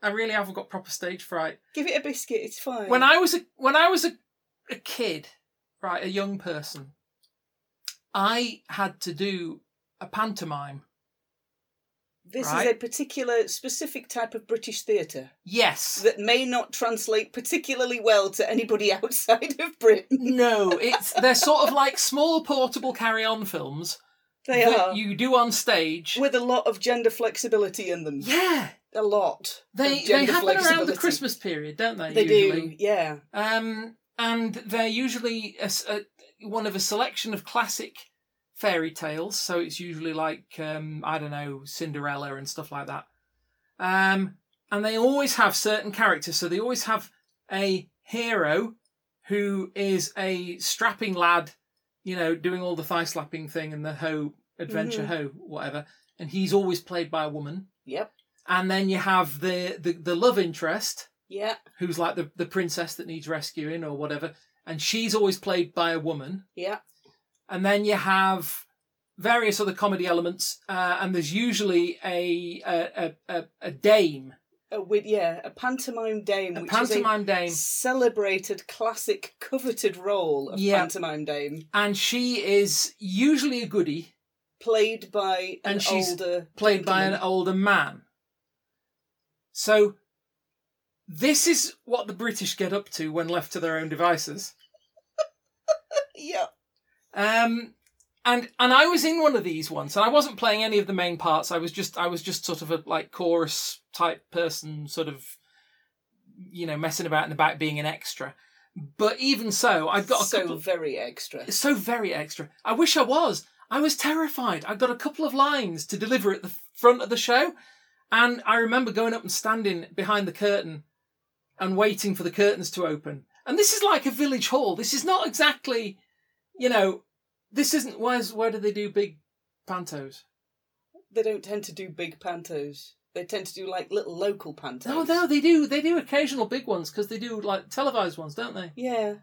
Speaker 1: I really haven't got proper stage fright.
Speaker 4: Give it a biscuit, it's fine.
Speaker 1: when I was a when I was a, a kid, right, a young person, I had to do a pantomime
Speaker 2: This
Speaker 1: Right.
Speaker 2: is a particular, specific type of British theatre
Speaker 1: Yes.
Speaker 2: that may not translate particularly well to anybody [LAUGHS] outside of Britain.
Speaker 1: No, it's they're sort of like small portable carry-on films
Speaker 2: They
Speaker 1: that
Speaker 2: are.
Speaker 1: you do on stage.
Speaker 2: With a lot of gender flexibility in them.
Speaker 1: yeah,
Speaker 2: A lot. of
Speaker 1: they they
Speaker 2: gender
Speaker 1: happen around the
Speaker 2: flexibility.
Speaker 1: Christmas period, don't they?
Speaker 2: They
Speaker 1: usually?
Speaker 2: do, yeah.
Speaker 1: Um, and they're usually a s a one of a selection of classic fairy tales. So it's usually like um, I don't know Cinderella and stuff like that. Um, and they always have certain characters. So they always have a hero who is a strapping lad, you know, doing all the thigh slapping thing and the hoe adventure
Speaker 2: Mhm.
Speaker 1: hoe whatever. And he's always played by a woman.
Speaker 2: Yep.
Speaker 1: And then you have the the, the love interest
Speaker 2: Yeah.
Speaker 1: who's like the, the princess that needs rescuing or whatever, and she's always played by a woman.
Speaker 2: Yeah.
Speaker 1: And then you have various other comedy elements, uh, and there's usually a a, a- a, a dame,
Speaker 2: A wid- uh, yeah, a pantomime dame,
Speaker 1: a
Speaker 2: which
Speaker 1: pantomime dame,
Speaker 2: is a celebrated, classic, coveted role of
Speaker 1: Yeah.
Speaker 2: pantomime dame,
Speaker 1: and she is usually a goody,
Speaker 2: played by an
Speaker 1: And she's
Speaker 2: older,
Speaker 1: played by an
Speaker 2: gentleman.
Speaker 1: older man. So this is what the British get up to when left to their own devices.
Speaker 2: yeah,
Speaker 1: Um, and and I was in one of these once, and I wasn't playing any of the main parts. I was just I was just sort of a like chorus type person, sort of you know messing about in the back, being an extra. But even so, I've got a
Speaker 2: so
Speaker 1: couple.
Speaker 2: very extra.
Speaker 1: It's so very extra. I wish I was. I was terrified. I got a couple of lines to deliver at the front of the show, and I remember going up and standing behind the curtain and waiting for the curtains to open. And this is like a village hall. This is not exactly, you know, this isn't. Where's where do they do big pantos?
Speaker 2: They don't tend to do big pantos. They tend to do like little local pantos.
Speaker 1: No, no, they do. They do occasional big ones because they do like televised ones, don't they?
Speaker 2: Yeah,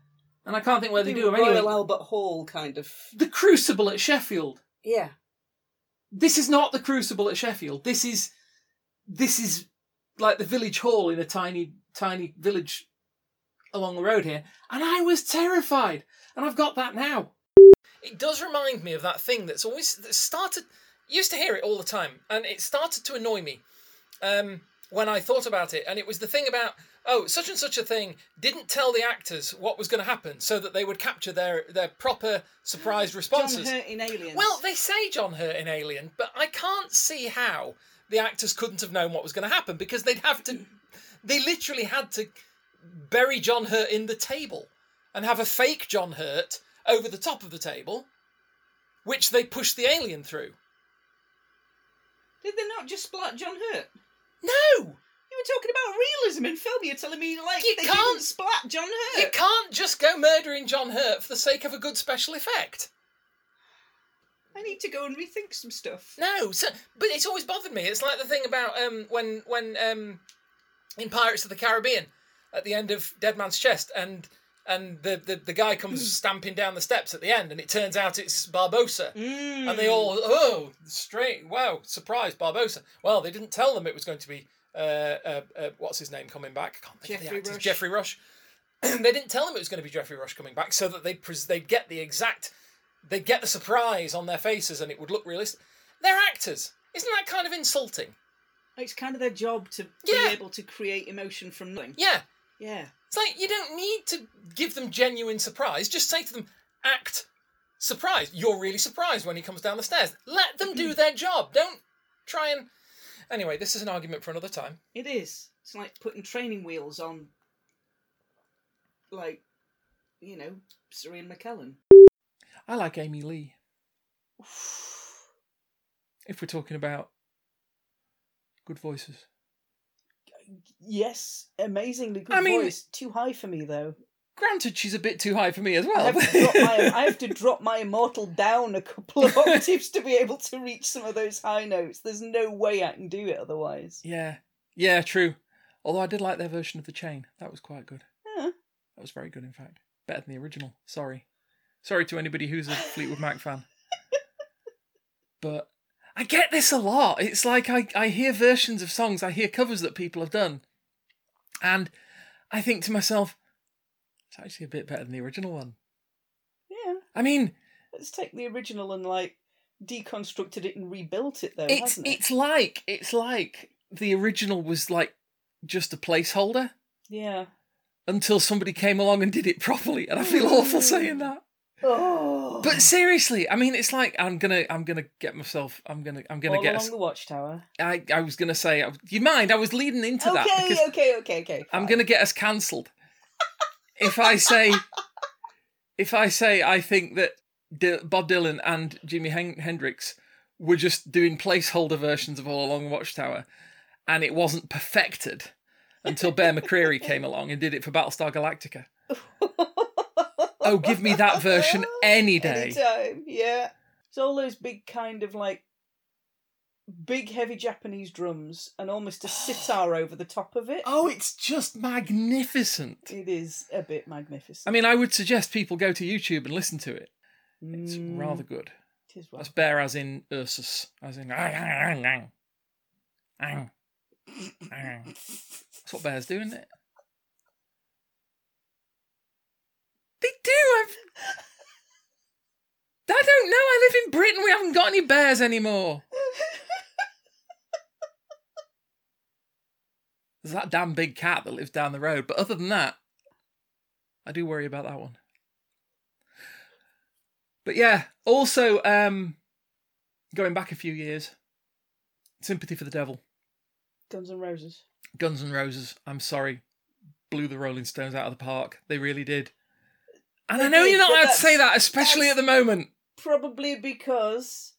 Speaker 1: And I can't think where they do
Speaker 2: Do
Speaker 1: them
Speaker 2: Royal
Speaker 1: anyway.
Speaker 2: Albert Hall kind of.
Speaker 1: The Crucible at Sheffield.
Speaker 2: Yeah,
Speaker 1: this is not the crucible at sheffield this is this is like the village hall in a tiny tiny village along the road here and i was terrified and i've got that now
Speaker 5: it does remind me of that thing that's always that started used to hear it all the time and it started to annoy me um, when i thought about it and it was the thing about oh such and such a thing didn't tell the actors what was going to happen so that they would capture their their proper surprise responses
Speaker 2: John Hurt in Aliens.
Speaker 5: well they say john hurt in alien but i can't see how the actors couldn't have known what was going to happen because they'd have to they literally had to bury john hurt in the table and have a fake john hurt over the top of the table which they pushed the alien through
Speaker 2: did they not just splat John Hurt?
Speaker 5: no
Speaker 2: You were talking about realism in film. You're telling me like
Speaker 5: You
Speaker 2: they
Speaker 5: can't-
Speaker 2: didn't splat John Hurt.
Speaker 5: you can't just go murdering john hurt for the sake of a good special effect
Speaker 2: I need to go and rethink some stuff.
Speaker 5: No, so, but it's always bothered me. It's like the thing about um, when when um, in Pirates of the Caribbean at the end of Dead Man's Chest and and the, the, the guy comes stamping down the steps at the end and it turns out it's Barbosa.
Speaker 2: Mm.
Speaker 5: And they all, oh, straight, wow, surprise, Barbosa. Well, they didn't tell them it was going to be, uh, uh, uh, what's his name coming back? I can't think of
Speaker 2: Geoffrey
Speaker 5: the actor's-
Speaker 2: Rush.
Speaker 5: Geoffrey Rush. [CLEARS THROAT] they didn't tell them it was going to be Geoffrey Rush coming back so that they'd, pres- they'd get the exact, they'd get the surprise on their faces and it would look realistic. They're actors. Isn't that kind of insulting?
Speaker 2: It's kind of their job to
Speaker 5: Yeah.
Speaker 2: be able to create emotion from nothing.
Speaker 5: Yeah.
Speaker 2: Yeah.
Speaker 5: It's like, you don't need to give them genuine surprise. Just say to them, act surprised. You're really surprised when he comes down the stairs. Let them do their job. Don't try and. Anyway, this is an argument for another time.
Speaker 2: It is. It's like putting training wheels on, like, you know, Serene McKellen.
Speaker 1: i like amy lee if we're talking about good voices
Speaker 2: [SIGHS] Yes, amazingly good
Speaker 1: I mean-
Speaker 2: voice. Too high for me though.
Speaker 1: granted she's a bit too high for me as
Speaker 2: I
Speaker 1: well
Speaker 2: have,
Speaker 1: [LAUGHS]
Speaker 2: to drop my, I have to drop my immortal down a couple of octaves to be able to reach some of those high notes. There's no way I can do it otherwise.
Speaker 1: yeah yeah true although i did like their version of the chain that was quite good
Speaker 2: Yeah.
Speaker 1: That was very good, in fact. Better than the original. Sorry. Sorry to anybody who's a Fleetwood Mac fan. But I get this a lot. It's like I, I hear versions of songs, I hear covers that people have done. And I think to myself, it's actually a bit better than the original one.
Speaker 2: Yeah.
Speaker 1: I mean,
Speaker 2: Let's take the original and like deconstructed it and rebuilt it though,
Speaker 1: It's
Speaker 2: hasn't it?
Speaker 1: it's like it's like the original was like just a placeholder
Speaker 2: Yeah.
Speaker 1: until somebody came along and did it properly, and I feel
Speaker 2: Mm.
Speaker 1: awful saying that.
Speaker 2: Oh.
Speaker 1: But seriously, I mean, it's like I'm gonna I'm gonna get myself I'm gonna I'm gonna
Speaker 2: All
Speaker 1: get.
Speaker 2: along
Speaker 1: us-
Speaker 2: the watchtower.
Speaker 1: I I was gonna say I- you mind I was leading into that
Speaker 2: Okay,
Speaker 1: because
Speaker 2: okay, okay, okay.
Speaker 1: I'm
Speaker 2: fine. [LAUGHS]
Speaker 1: gonna get us cancelled if I say if I say I think that D- Bob Dylan and Jimi Hen- Hendrix were just doing placeholder versions of All Along the Watchtower, and it wasn't perfected until
Speaker 2: [LAUGHS]
Speaker 1: Bear McCreary came along and did it for Battlestar Galactica. Oh, give me that [LAUGHS]
Speaker 2: [LAUGHS]
Speaker 1: version any day.
Speaker 2: Anytime, yeah. It's all those big kind of like big heavy Japanese drums and
Speaker 1: [GASPS]
Speaker 2: almost a sitar over the top of it.
Speaker 1: Oh, it's just magnificent.
Speaker 2: It is a bit magnificent.
Speaker 1: I mean, I would suggest people go to YouTube and listen to it. It's
Speaker 2: Mm,
Speaker 1: rather good.
Speaker 2: it is
Speaker 1: That's
Speaker 2: rather-
Speaker 1: bear as in Ursus, as in. "Ang, ang, ang, ang. Ang, ang." That's what bears do, isn't it? They do. I've... [LAUGHS] I don't know. I live in Britain. We haven't got any bears anymore. There's that damn big cat that lives down the road. But other than that, I do worry about that one. But yeah, also um, going back a few years, Sympathy for the Devil,
Speaker 2: Guns and Roses.
Speaker 1: Guns N' Roses. I'm sorry, blew the Rolling Stones out of the park. They really did. And I
Speaker 2: They
Speaker 1: know
Speaker 2: did,
Speaker 1: you're not
Speaker 2: but
Speaker 1: allowed to
Speaker 2: that's-
Speaker 1: say that, especially at the moment.
Speaker 2: Probably because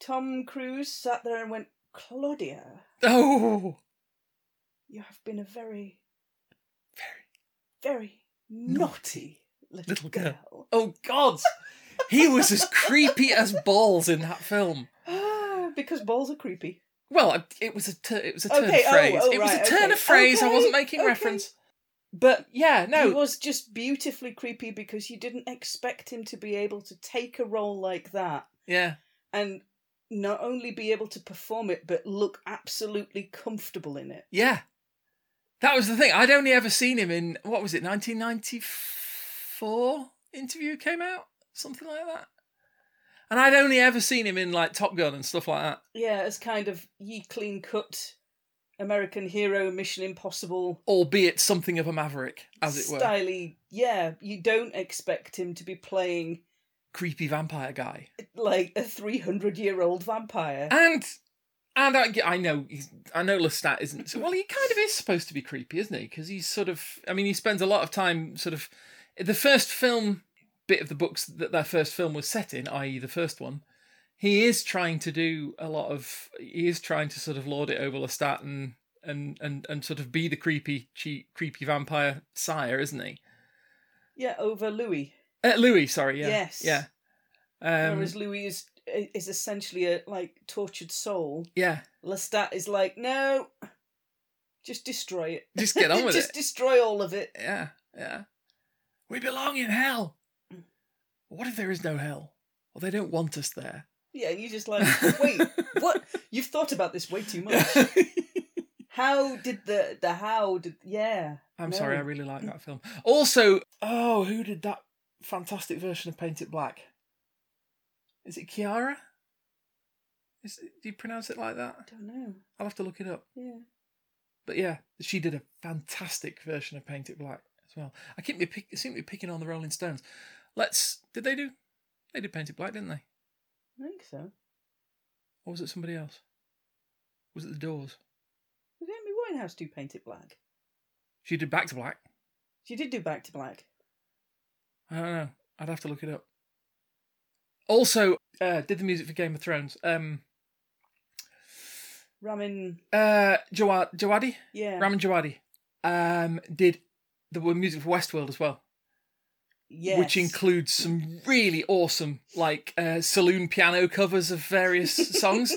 Speaker 2: Tom Cruise sat there and went, Claudia,
Speaker 1: Oh,
Speaker 2: you have been a very,
Speaker 1: very.
Speaker 2: very naughty, little,
Speaker 1: little girl."
Speaker 2: girl.
Speaker 1: Oh God, [LAUGHS] he was as creepy as balls in that film.
Speaker 2: Ah, because balls are creepy.
Speaker 1: Well, it was a tur it was a turn
Speaker 2: Okay,
Speaker 1: of
Speaker 2: oh,
Speaker 1: phrase.
Speaker 2: oh,
Speaker 1: it was a
Speaker 2: right,
Speaker 1: turn
Speaker 2: okay.
Speaker 1: of phrase. I wasn't
Speaker 2: Okay,
Speaker 1: making
Speaker 2: okay.
Speaker 1: reference. But yeah,
Speaker 2: He
Speaker 1: no,
Speaker 2: was just beautifully creepy because you didn't expect him to be able to take a role like that
Speaker 1: yeah,
Speaker 2: and not only be able to perform it but look absolutely comfortable in it.
Speaker 1: Yeah. That was the thing. I'd only ever seen him in, what was it, 1994 interview came out? Something like that. And I'd only ever seen him in like Top Gun and stuff like that.
Speaker 2: Yeah, as kind of ye clean cut American hero Mission Impossible
Speaker 1: Albeit something of a maverick, as it were.
Speaker 2: styly. Yeah, you don't expect him to be playing
Speaker 1: Creepy vampire guy.
Speaker 2: like a 300 year old vampire.
Speaker 1: And and I, I know he's, I know Lestat isn't. So, well, he kind of is supposed to be creepy, isn't he? Because he's sort of. I mean, he spends a lot of time sort of. The first film bit of the books that their first film was set in, i.e., the first one, he is trying to do a lot of. He is trying to sort of lord it over Lestat and and and, and sort of be the creepy che creepy vampire sire, isn't he?
Speaker 2: yeah, over Louis.
Speaker 1: Uh, Louis, sorry, yeah,
Speaker 2: Yes.
Speaker 1: yeah, um,
Speaker 2: Whereas Louis is is essentially a like tortured soul.
Speaker 1: yeah.
Speaker 2: Lestat is like, no, just destroy it.
Speaker 1: Just get
Speaker 2: [LAUGHS]
Speaker 1: on with it.
Speaker 2: just destroy all of it.
Speaker 1: Yeah, yeah. We belong in hell. What if there is no hell? Or they don't want us there.
Speaker 2: Yeah, you just
Speaker 1: [LAUGHS]
Speaker 2: like, wait, what? You've thought about this way too much. How did the the how did yeah?
Speaker 1: I'm
Speaker 2: No.
Speaker 1: sorry, I really like that film. Also, oh, who did that fantastic version of Paint It Black? Is it Kiara? Is it, do you pronounce it like
Speaker 2: I
Speaker 1: that?
Speaker 2: don't know.
Speaker 1: I'll have to look it up.
Speaker 2: Yeah.
Speaker 1: But yeah, she did a fantastic version of Paint It Black as well. I keep me pick, seem to be picking on the Rolling Stones. Let's did they do? They did Paint It Black, didn't they?
Speaker 2: I think so.
Speaker 1: Or was it somebody else? Was it the Doors?
Speaker 2: Did Amy Winehouse do Paint It Black?
Speaker 1: She did Back to Black.
Speaker 2: She did do Back to Black.
Speaker 1: I don't know. I'd have to look it up. Also, uh, did the music for Game of Thrones. Um,
Speaker 2: Ramin,
Speaker 1: uh, Jawad, Jawadi,
Speaker 2: yeah,
Speaker 1: Ramin Jawadi, um, did the w- music for Westworld as well,
Speaker 2: yes.
Speaker 1: which includes some really awesome, like uh, saloon piano covers of
Speaker 2: [LAUGHS]
Speaker 1: various songs.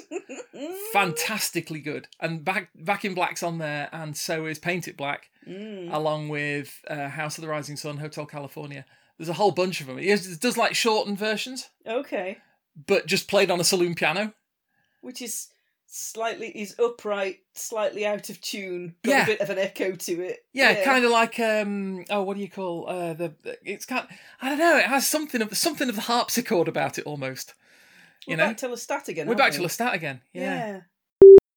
Speaker 1: Fantastically good, and back back in black's on there, and so is Paint It Black.
Speaker 2: Mm.
Speaker 1: along with uh, House of the Rising Sun, Hotel California. There's a whole bunch of them. It is- it does like shortened versions,
Speaker 4: Oh.
Speaker 2: Okay,
Speaker 1: but just played on a saloon piano.
Speaker 2: which is slightly is upright, slightly out of tune, got
Speaker 1: Yeah.
Speaker 2: a bit of an echo to it.
Speaker 1: Yeah, kind of like um oh what do you call uh the the- it's kind I don't know it has something of something of the harpsichord about it almost.
Speaker 4: You
Speaker 2: We're
Speaker 4: know,
Speaker 2: back to Lestat again.
Speaker 4: we're
Speaker 2: aren't
Speaker 4: back to
Speaker 2: we?
Speaker 4: Lestat again. Yeah.
Speaker 2: Yeah.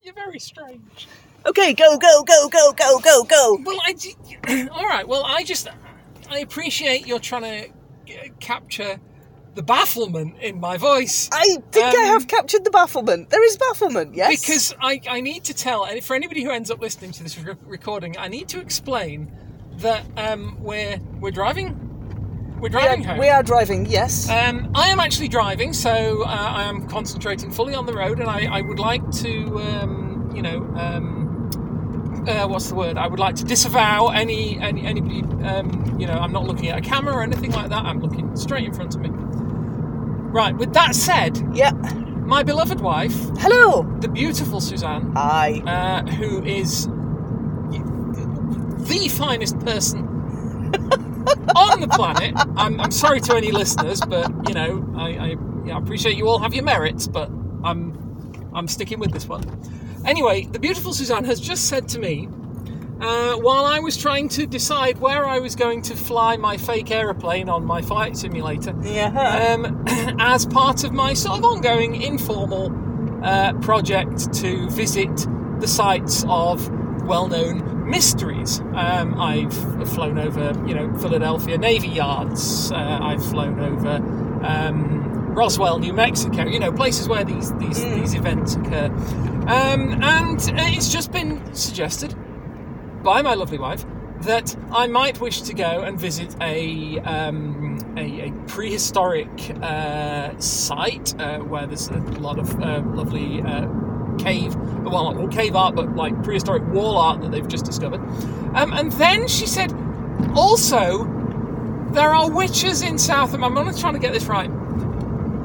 Speaker 1: You're very strange.
Speaker 2: Okay, go, go, go, go, go, go, go.
Speaker 1: Well, I. ju- [CLEARS THROAT] All right. Well, I just. I appreciate you're trying to uh, capture the bafflement in my voice.
Speaker 2: I think I
Speaker 1: Um,
Speaker 2: have captured the bafflement. There is bafflement, yes.
Speaker 1: Because I, I need to tell, and for anybody who ends up listening to this re- recording, I need to explain that um, we're we're driving, we're
Speaker 2: we
Speaker 1: driving
Speaker 2: are,
Speaker 1: home.
Speaker 2: we are driving, yes.
Speaker 4: Uh,
Speaker 1: Um, I am actually driving, so uh, I am concentrating fully on the road, and I, I would like to, um, you know, um, uh, what's the word? I would like to disavow any, any anybody, um, you know, I'm not looking at a camera or anything like that. I'm looking straight in front of me. Right. With that said,
Speaker 2: yeah.
Speaker 1: my beloved wife,
Speaker 2: Hello.
Speaker 1: the beautiful Suzanne,
Speaker 2: Aye.
Speaker 1: uh, who is the finest person [LAUGHS] on the planet. I'm, I'm sorry to any listeners, but you know, I, I, yeah, I appreciate you all have your merits, but I'm I'm sticking with this one. Anyway, the beautiful Suzanne has just said to me. Uh, while I was trying to decide where I was going to fly my fake aeroplane on my flight simulator,
Speaker 4: uh,
Speaker 2: Yeah.
Speaker 1: um, [CLEARS THROAT] as part of my sort of ongoing informal uh, project to visit the sites of well-known mysteries. Um, I've flown over, you know, Philadelphia Navy Yards. Uh, I've flown over um, Roswell, New Mexico. You know, places where these these,
Speaker 2: Mm.
Speaker 1: these events occur. Um, and uh, it's just been suggested by my lovely wife that I might wish to go and visit a um, a, a prehistoric uh, site uh, where there's a lot of uh, lovely uh, cave, well, not all cave art, but like prehistoric wall art that they've just discovered. Um, and then she said, also, there are witches in South. Am- I'm not trying to get this right.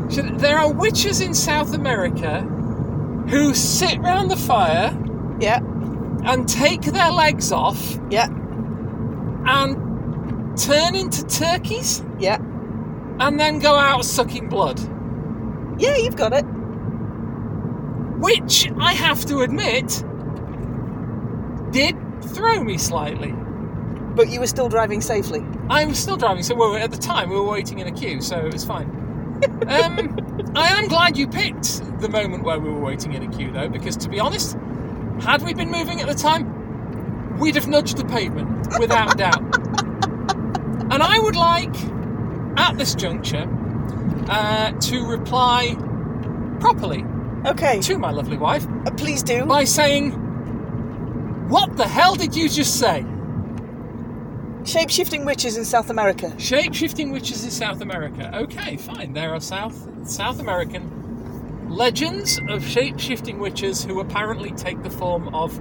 Speaker 1: She said, there are witches in South America who sit round the fire
Speaker 2: yeah.
Speaker 1: and take their legs off
Speaker 2: Yeah.
Speaker 1: and turn into turkeys
Speaker 2: Yeah.
Speaker 1: and then go out sucking blood.
Speaker 2: Yeah, you've got it.
Speaker 1: Which I have to admit did throw me slightly.
Speaker 2: But you were still driving safely.
Speaker 1: I was still driving, so we were, at the time we were waiting in a queue, so it was fine. um, I am glad you picked the moment where we were waiting in a queue, though, because to be honest, had we been moving at the time, we'd have nudged the pavement without doubt. And I would like, at this juncture, uh, to reply properly
Speaker 2: Okay.
Speaker 1: to my lovely wife
Speaker 2: Uh, please do.
Speaker 1: by saying, "What the hell did you just say?"
Speaker 2: Shape shifting witches in South America.
Speaker 1: Shape shifting witches in South America. Okay, fine. There are South South American legends of shape shifting witches who apparently take the form of.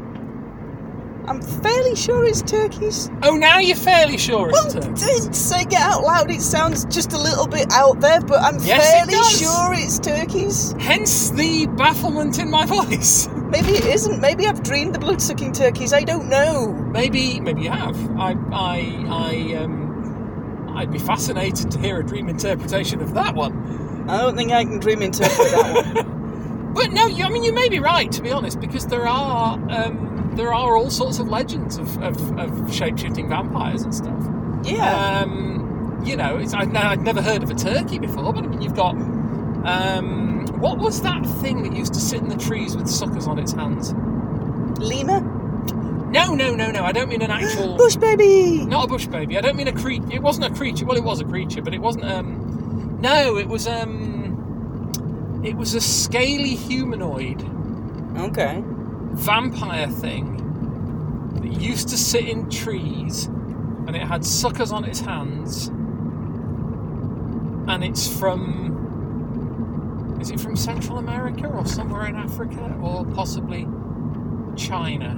Speaker 2: I'm fairly sure it's turkeys.
Speaker 1: Oh, now you're fairly sure
Speaker 2: Well,
Speaker 1: it's turkeys.
Speaker 2: d- saying it out loud, it sounds just a little bit out there, but I'm
Speaker 1: Yes, it
Speaker 2: fairly
Speaker 1: does.
Speaker 2: sure it's turkeys.
Speaker 1: Hence the bafflement in my [LAUGHS] voice.
Speaker 2: Maybe it isn't. Maybe I've dreamed the blood sucking turkeys. I don't know.
Speaker 1: Maybe, maybe you have. I, I, I, um, I'd be fascinated to hear a dream interpretation of that one.
Speaker 2: I don't think I can dream interpret that one.
Speaker 1: But no, you, I mean you may be right to be honest, because there are um, there are all sorts of legends of, of, of shape shifting vampires and stuff. [LAUGHS]
Speaker 2: Yeah.
Speaker 1: Um, you know, it's, I'd, I'd never heard of a turkey before, but I mean you've got um, what was that thing that used to sit in the trees with suckers on its hands? Uh,
Speaker 2: Lima?
Speaker 1: No, no, no, no. I don't mean an actual.
Speaker 2: [GASPS] Bush baby!
Speaker 1: Not a bush baby. I don't mean a creature. It wasn't a creature. Well, it was a creature, but it wasn't. Um, no, it was. Um, it was a scaly humanoid.
Speaker 2: Okay.
Speaker 1: vampire thing that used to sit in trees and it had suckers on its hands and it's from is it from central america or somewhere in africa or possibly china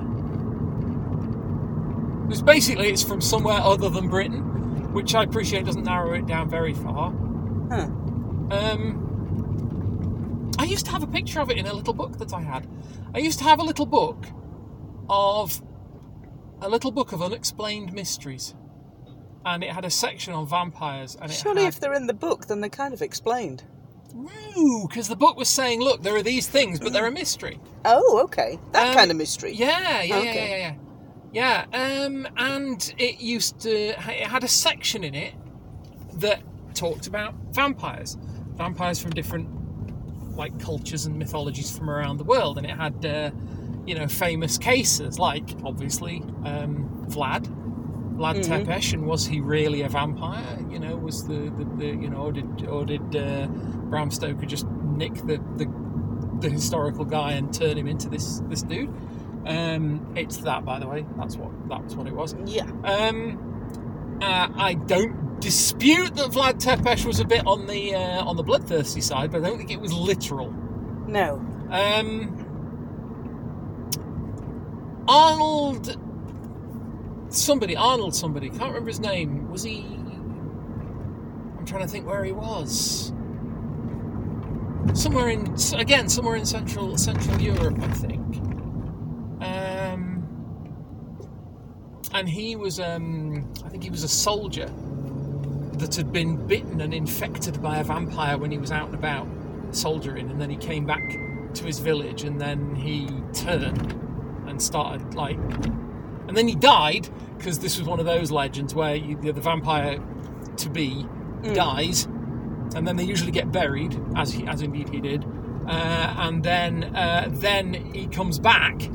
Speaker 1: because basically it's from somewhere other than britain which i appreciate doesn't narrow it down very far
Speaker 2: Huh.
Speaker 1: um, i used to have a picture of it in a little book that i had i used to have a little book of a little book of unexplained mysteries, and it had a section on vampires. And it
Speaker 2: Surely
Speaker 1: had,
Speaker 2: if they're in the book, then they're kind of explained.
Speaker 1: no, because the book was saying, look, there are these things, but they're a mystery.
Speaker 2: Oh, okay. That
Speaker 1: Um,
Speaker 2: kind of mystery.
Speaker 1: Yeah, yeah, yeah,
Speaker 2: Okay.
Speaker 1: yeah, yeah, yeah. Yeah, um, and it used to it had a section in it that talked about vampires, vampires from different like cultures and mythologies from around the world, and it had uh, you know famous cases like obviously um, Vlad, Vlad
Speaker 2: Mhm.
Speaker 1: Tepesh, and was he really a vampire? You know, was the, the, the you know or did or did uh, Bram Stoker just nick the, the the historical guy and turn him into this this dude? Um, it's that, by the way. That's what that's what it was.
Speaker 2: Yeah.
Speaker 1: Um, uh, I don't dispute that Vlad Tepesh was a bit on the uh, on the bloodthirsty side, but I don't think it was literal.
Speaker 2: No.
Speaker 1: Um, Arnold, somebody, Arnold, somebody, can't remember his name. Was he? I'm trying to think where he was. Somewhere in again, somewhere in central Central Europe, I think. Um, and he was, um, I think he was a soldier that had been bitten and infected by a vampire when he was out and about soldiering, and then he came back to his village, and then he turned and started like, and then he died because this was one of those legends where you, the, the vampire to be dies, and then they usually get buried, as he, as indeed he did, uh, and then uh, then he comes back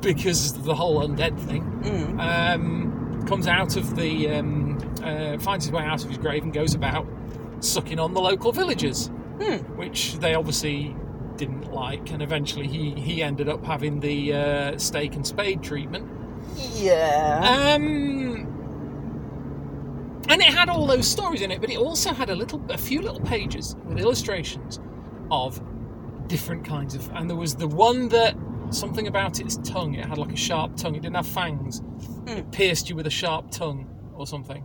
Speaker 1: because of the whole undead thing
Speaker 2: Mm.
Speaker 1: um, comes out of the um, uh, finds his way out of his grave and goes about sucking on the local villagers,
Speaker 2: Hmm.
Speaker 1: which they obviously didn't like, and eventually he he ended up having the uh, stake and spade treatment. Uh,
Speaker 2: Yeah.
Speaker 1: Um, and it had all those stories in it, but it also had a little, a few little pages with illustrations of different kinds of. And there was the one that something about its tongue. It had like a sharp tongue. It didn't have fangs. It pierced you with a sharp tongue or something.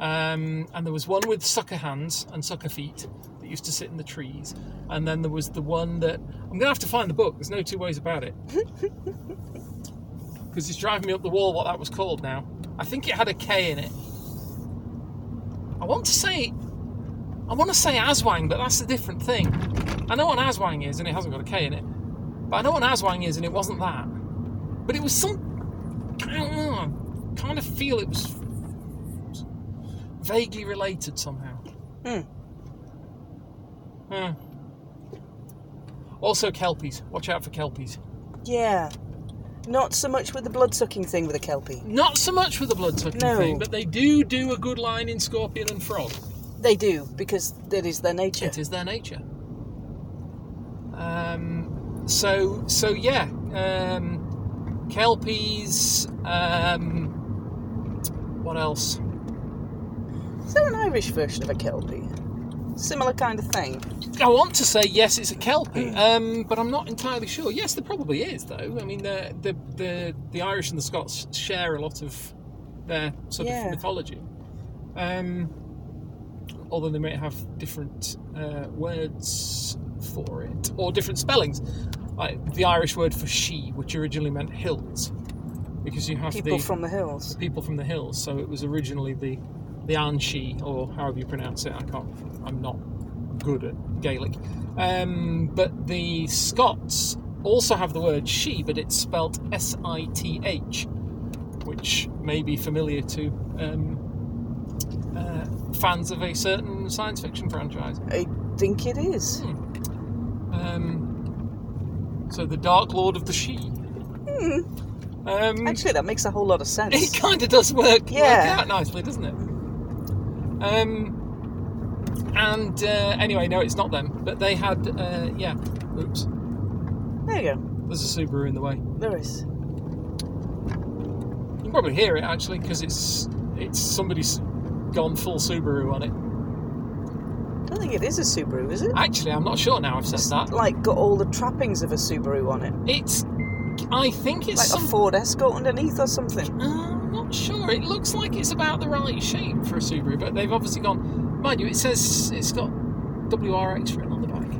Speaker 1: Um, and there was one with sucker hands and sucker feet that used to sit in the trees. And then there was the one that I'm going to have to find the book. There's no two ways about it because it's driving me up the wall what that was called now. I think it had a K in it. I want to say, I want to say Aswang, but that's a different thing. I know what an Aswang is, and it hasn't got a K in it. But I know what an Aswang is, and it wasn't that. But it was some. I don't know. I kind of feel it was vaguely related somehow.
Speaker 2: Hmm.
Speaker 1: Hmm. Also, kelpies. Watch out for kelpies.
Speaker 2: yeah. Not so much with the blood sucking thing with a kelpie.
Speaker 1: Not so much with the blood sucking
Speaker 2: No.
Speaker 1: thing, but they do do a good line in Scorpion and Frog.
Speaker 2: They do because that is their nature.
Speaker 1: It is their nature. Um, so so yeah, um, kelpies. Um, what else?
Speaker 2: Is there an Irish version of a kelpie? Similar kind of thing.
Speaker 1: I want to say yes, it's a kelpie,
Speaker 2: Mm.
Speaker 1: um, but I'm not entirely sure. Yes, there probably is though. I mean, the the the, the Irish and the Scots share a lot of their sort
Speaker 2: Yeah.
Speaker 1: of mythology. Um, although they may have different uh, words for it or different spellings. Like the Irish word for she, which originally meant hills, because you have
Speaker 2: People
Speaker 1: the
Speaker 2: from the hills.
Speaker 1: people from the hills. So it was originally the the Anshi, or however you pronounce it. I can't. I'm not good at Gaelic. Um, but the Scots also have the word she, but it's spelt S-I-T-H, which may be familiar to um, uh, fans of a certain science fiction franchise.
Speaker 2: I think it is.
Speaker 1: Um, so the Dark Lord of the She. Um,
Speaker 2: Hmm. Actually, that makes a whole lot
Speaker 1: [LAUGHS]
Speaker 2: of
Speaker 1: it
Speaker 2: sense.
Speaker 1: kind of does work,
Speaker 2: Yeah.
Speaker 1: work out nicely, doesn't it? Um, and uh, anyway, no, it's not them, but they had, uh, yeah, oops,
Speaker 2: There you go.
Speaker 1: there's a Subaru in the way.
Speaker 2: There is.
Speaker 1: You can probably hear it actually because it's it's somebody's gone full Subaru on it.
Speaker 2: I don't think it is a Subaru, is it?
Speaker 1: Actually, I'm not sure now. I've said
Speaker 2: It's
Speaker 1: that.
Speaker 2: like got all the trappings of a Subaru on it,
Speaker 1: It's, I think it's
Speaker 2: like a
Speaker 1: some.
Speaker 2: Ford Escort underneath or something.
Speaker 1: Uh, I'm not sure. It looks like it's about the right shape for a Subaru, but they've obviously gone. Mind you, it says it's got WRX written on the back.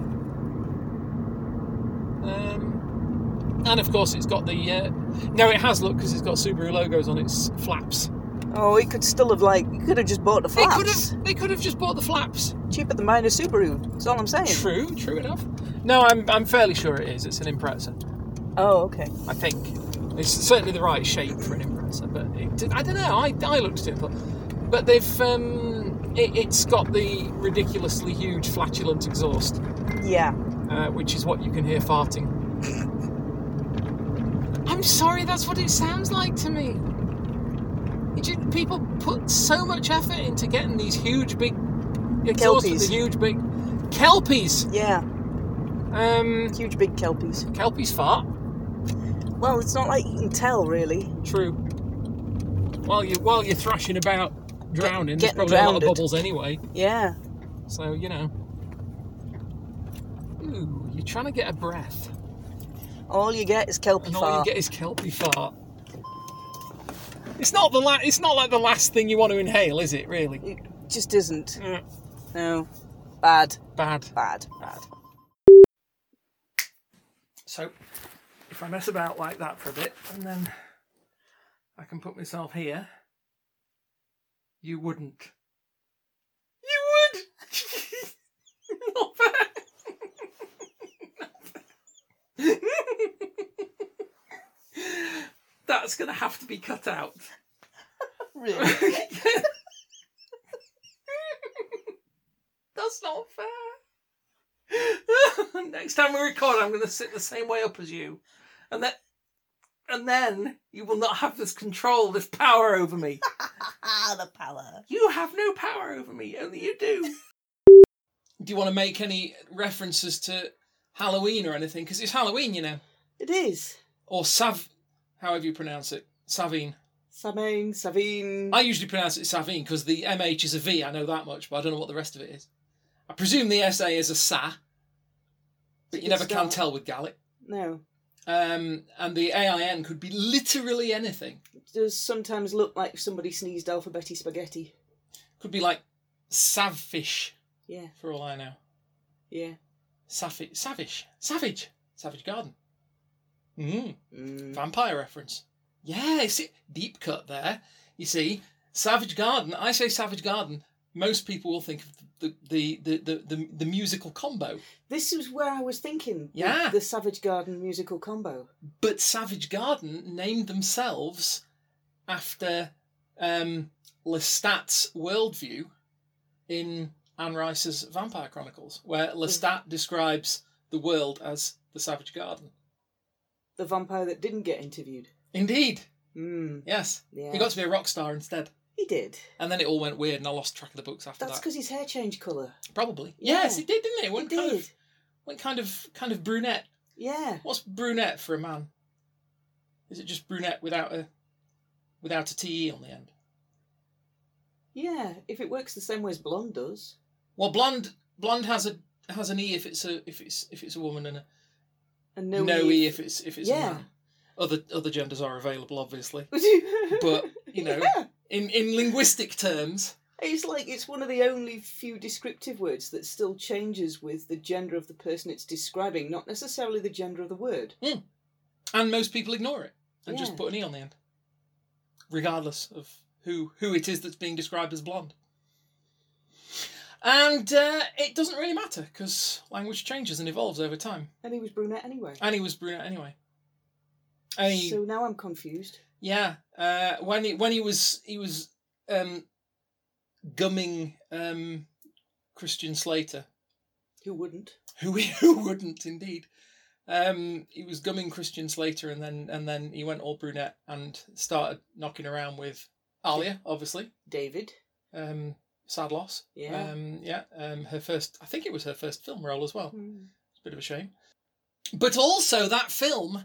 Speaker 1: Um, and of course, it's got the. Uh, no, it has look because it's got Subaru logos on its flaps.
Speaker 2: Oh, it could still have like you could have just bought the
Speaker 1: They
Speaker 2: flaps.
Speaker 1: could have. They could have just bought the flaps.
Speaker 2: Cheaper than buying a Subaru. That's all I'm saying.
Speaker 1: True. True enough. No, I'm. I'm fairly sure it is. It's an Impreza.
Speaker 2: Oh, okay.
Speaker 1: I think. It's certainly the right shape for an Impreza, but it, I don't know. I, I looked at it, and thought, but they've um, it, it's got the ridiculously huge flatulent exhaust,
Speaker 2: Yeah.
Speaker 1: uh, which is what you can hear farting.
Speaker 6: I'm sorry, that's what it sounds like to me.
Speaker 1: It ju- people put so much effort into getting these huge big exhausts with
Speaker 2: Kelpies.
Speaker 1: the huge big kelpies.
Speaker 2: Yeah.
Speaker 1: Um,
Speaker 2: Huge big kelpies.
Speaker 1: kelpies fart.
Speaker 2: Well, it's not like you can tell, really.
Speaker 1: True. While you while you're thrashing about drowning, there's
Speaker 2: getting
Speaker 1: probably a lot
Speaker 2: drowned.
Speaker 1: of bubbles anyway.
Speaker 2: Yeah.
Speaker 1: So you know. Ooh, you're trying to get a breath,
Speaker 2: All you get is kelpie
Speaker 1: and all you
Speaker 2: fart.
Speaker 1: get is kelpie fart. It's not the la- It's not like the last thing you want to inhale, is it? Really
Speaker 2: It just isn't.
Speaker 1: Mm.
Speaker 2: No. Bad.
Speaker 1: bad.
Speaker 2: Bad. Bad.
Speaker 4: So if I mess about like that for a bit and then I can put myself here, you wouldn't. You would! [LAUGHS] Not fair. Not fair. [LAUGHS] That's going to have to be cut out.
Speaker 2: Really?
Speaker 4: [LAUGHS] That's not fair. Next time we record, I'm going to sit the same way up as you, and that, and then you will not have this control, this power over me.
Speaker 2: ah, [LAUGHS] the power.
Speaker 4: You have no power over me. Only you do.
Speaker 1: Do you want to make any references to Halloween or anything? Because it's Halloween, you know,
Speaker 2: It is.
Speaker 1: or Sav, however you pronounce it, Savine.
Speaker 2: Samhain, Savine.
Speaker 1: I usually pronounce it Savine because the MH is a V, I know that much, but I don't know what the rest of it is. I presume the SA is a SA, but you never can tell with Gaelic.
Speaker 2: No.
Speaker 1: Um, and the AIN could be literally anything.
Speaker 2: It does sometimes look like somebody sneezed alphabeti spaghetti.
Speaker 1: Could be like Savfish,
Speaker 2: Yeah,
Speaker 1: for all I know.
Speaker 2: yeah.
Speaker 1: Safi- Savish. Savage. Savage Garden. Mm.
Speaker 2: Mm.
Speaker 1: Vampire reference. Yeah, you see, deep cut there. You see, Savage Garden. I say Savage Garden. Most people will think of the the the the, the, the musical combo,
Speaker 2: This is where I was thinking. the-
Speaker 1: Yeah.
Speaker 2: The, Savage Garden musical combo.
Speaker 1: but Savage Garden named themselves after um, Lestat's worldview in Anne Rice's Vampire Chronicles, where Lestat describes the world as the Savage Garden.
Speaker 2: The vampire that didn't get interviewed.
Speaker 1: Indeed,
Speaker 2: Mm.
Speaker 1: yes,
Speaker 2: Yeah.
Speaker 1: he got to be a rock star instead,
Speaker 2: He did.
Speaker 1: and then it all went weird, and I lost track of the books after
Speaker 2: That's
Speaker 1: that.
Speaker 2: because his hair changed colour.
Speaker 1: Probably.
Speaker 2: Yeah.
Speaker 1: Yes, it did, didn't it? It
Speaker 2: He
Speaker 1: went
Speaker 2: did.
Speaker 1: kind of went kind of kind of brunette.
Speaker 2: Yeah.
Speaker 1: What's brunette for a man? Is it just brunette without a without a te on the end?
Speaker 2: Yeah. If it works the same way as blonde does.
Speaker 1: Well, blonde blonde has a has an e if it's a if it's if it's a woman and a
Speaker 2: And
Speaker 1: no,
Speaker 2: no,
Speaker 1: e if it's if it's a
Speaker 2: Yeah.
Speaker 1: man. Other other genders are available, obviously.
Speaker 2: but [LAUGHS]
Speaker 1: But you know,
Speaker 2: Yeah.
Speaker 1: in in linguistic terms,
Speaker 2: It's like it's one of the only few descriptive words that still changes with the gender of the person it's describing, not necessarily the gender of the word.
Speaker 1: and most people ignore it and just
Speaker 2: Yeah.
Speaker 1: put an e on the end, regardless of who who it is that's being described as blonde. And uh, it doesn't really matter because language changes and evolves over time.
Speaker 2: And he was brunette anyway.
Speaker 1: And he was brunette anyway. And he,
Speaker 2: So now I'm confused.
Speaker 1: yeah, uh, when he when he was he was um, gumming um, Christian Slater,
Speaker 2: Who wouldn't?
Speaker 1: who [LAUGHS] who wouldn't indeed. Um, he was gumming Christian Slater, and then and then he went all brunette and started knocking around with Alia, obviously.
Speaker 2: David.
Speaker 1: Um, sad loss.
Speaker 2: Yeah.
Speaker 1: Um, yeah. Um, her first, I think it was her first film role as well. It's a bit of a shame. But also that film,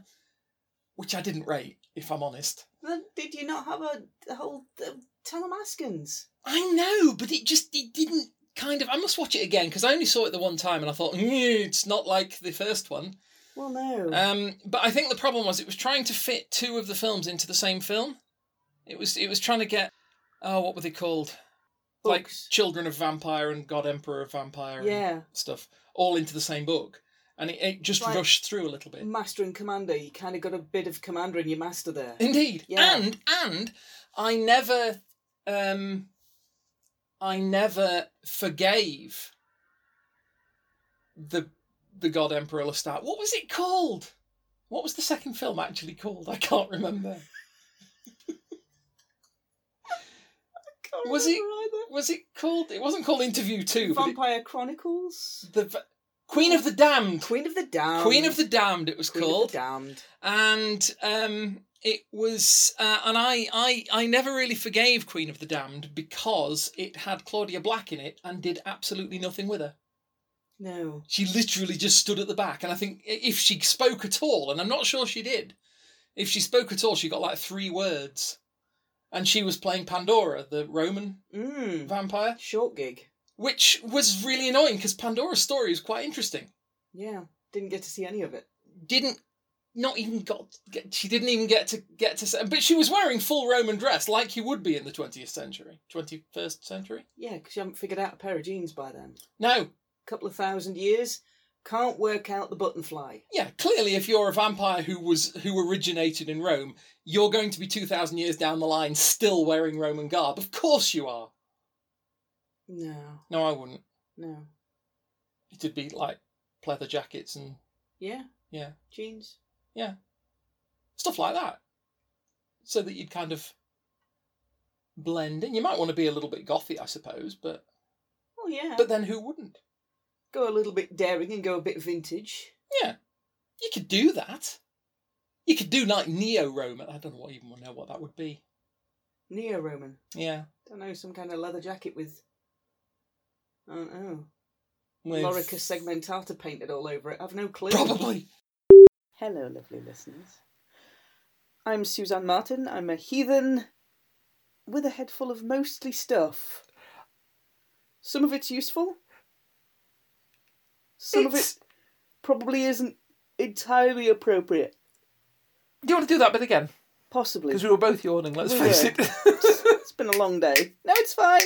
Speaker 1: which I didn't rate, if I'm honest.
Speaker 2: Then did you not have a, a whole uh, Telemaskins?
Speaker 1: I know, but it just it didn't kind of. I must watch it again because I only saw it the one time, and I thought "Mm, it's not like the first one.
Speaker 2: Well, no.
Speaker 1: Um, but I think the problem was it was trying to fit two of the films into the same film. It was it was trying to get oh what were they called? Like
Speaker 2: Books.
Speaker 1: Children of Vampire and God Emperor of Vampire and
Speaker 2: yeah,
Speaker 1: stuff all into the same book, and it, it just
Speaker 2: Like-
Speaker 1: rushed through a little bit.
Speaker 2: master and commander. You kind of got a bit of commander in your master there.
Speaker 1: Indeed.
Speaker 2: Yeah.
Speaker 1: And and I never um I never forgave the the God Emperor Lestat. What was it called? What was the second film actually called? I can't remember.
Speaker 2: can't
Speaker 1: Was
Speaker 2: remember
Speaker 1: Was it called? It wasn't called Interview
Speaker 2: either.
Speaker 1: Two. But it,
Speaker 2: Vampire Chronicles,
Speaker 1: the v- Queen of the Damned.
Speaker 2: Queen of the Damned,
Speaker 1: Queen of the Damned. It was
Speaker 2: Um, Queen of the
Speaker 1: called.
Speaker 2: Damned.
Speaker 1: and um, it was uh, and I, I i never really forgave queen of the damned because it had claudia black in it and did absolutely nothing with her
Speaker 2: No,
Speaker 1: she literally just stood at the back and i think i- if she spoke at all and i'm not sure she did if she spoke at all she got like three words and she was playing pandora the roman
Speaker 2: mm.
Speaker 1: vampire
Speaker 2: short gig.
Speaker 1: which was really annoying because pandora's story is quite interesting
Speaker 2: Yeah, didn't get to see any of it.
Speaker 1: didn't not even got get, she didn't even get to get to s- but she was wearing full roman dress like you would be in the 20th century 21st century
Speaker 2: Yeah, because you haven't figured out a pair of jeans by then.
Speaker 1: no
Speaker 2: Couple of thousand years, can't work out the button fly.
Speaker 1: yeah clearly if you're a vampire who was who originated in rome you're going to be 2000 years down the line still wearing roman garb of course you are
Speaker 2: No,
Speaker 1: no i wouldn't
Speaker 2: no.
Speaker 1: it'd be like pleather jackets and
Speaker 2: Yeah,
Speaker 1: yeah
Speaker 2: jeans.
Speaker 1: stuff like that so that you'd kind of blend in you might want to be a little bit gothy i suppose but
Speaker 2: Oh yeah.
Speaker 1: but then who wouldn't
Speaker 2: go a little bit daring and go a bit vintage.
Speaker 1: You could do that. You could do like Neo Roman. I don't know what even know what that would be.
Speaker 2: Neo Roman.
Speaker 1: Yeah.
Speaker 2: Don't know, some kind of leather jacket with I don't know.
Speaker 1: With-
Speaker 2: Lorica segmentata painted all over it. I've no clue.
Speaker 1: Probably.
Speaker 2: Hello, lovely listeners. I'm Suzanne Martin. I'm a heathen with a head full of mostly stuff. Some of it's useful. Some
Speaker 4: It's-
Speaker 2: of it probably isn't entirely appropriate.
Speaker 4: Do you want to do that bit again?
Speaker 2: Possibly.
Speaker 4: Because we were both yawning, let's
Speaker 2: We
Speaker 4: face
Speaker 2: were. [LAUGHS]
Speaker 4: it.
Speaker 1: [LAUGHS]
Speaker 2: it's been a long day. No, it's fine.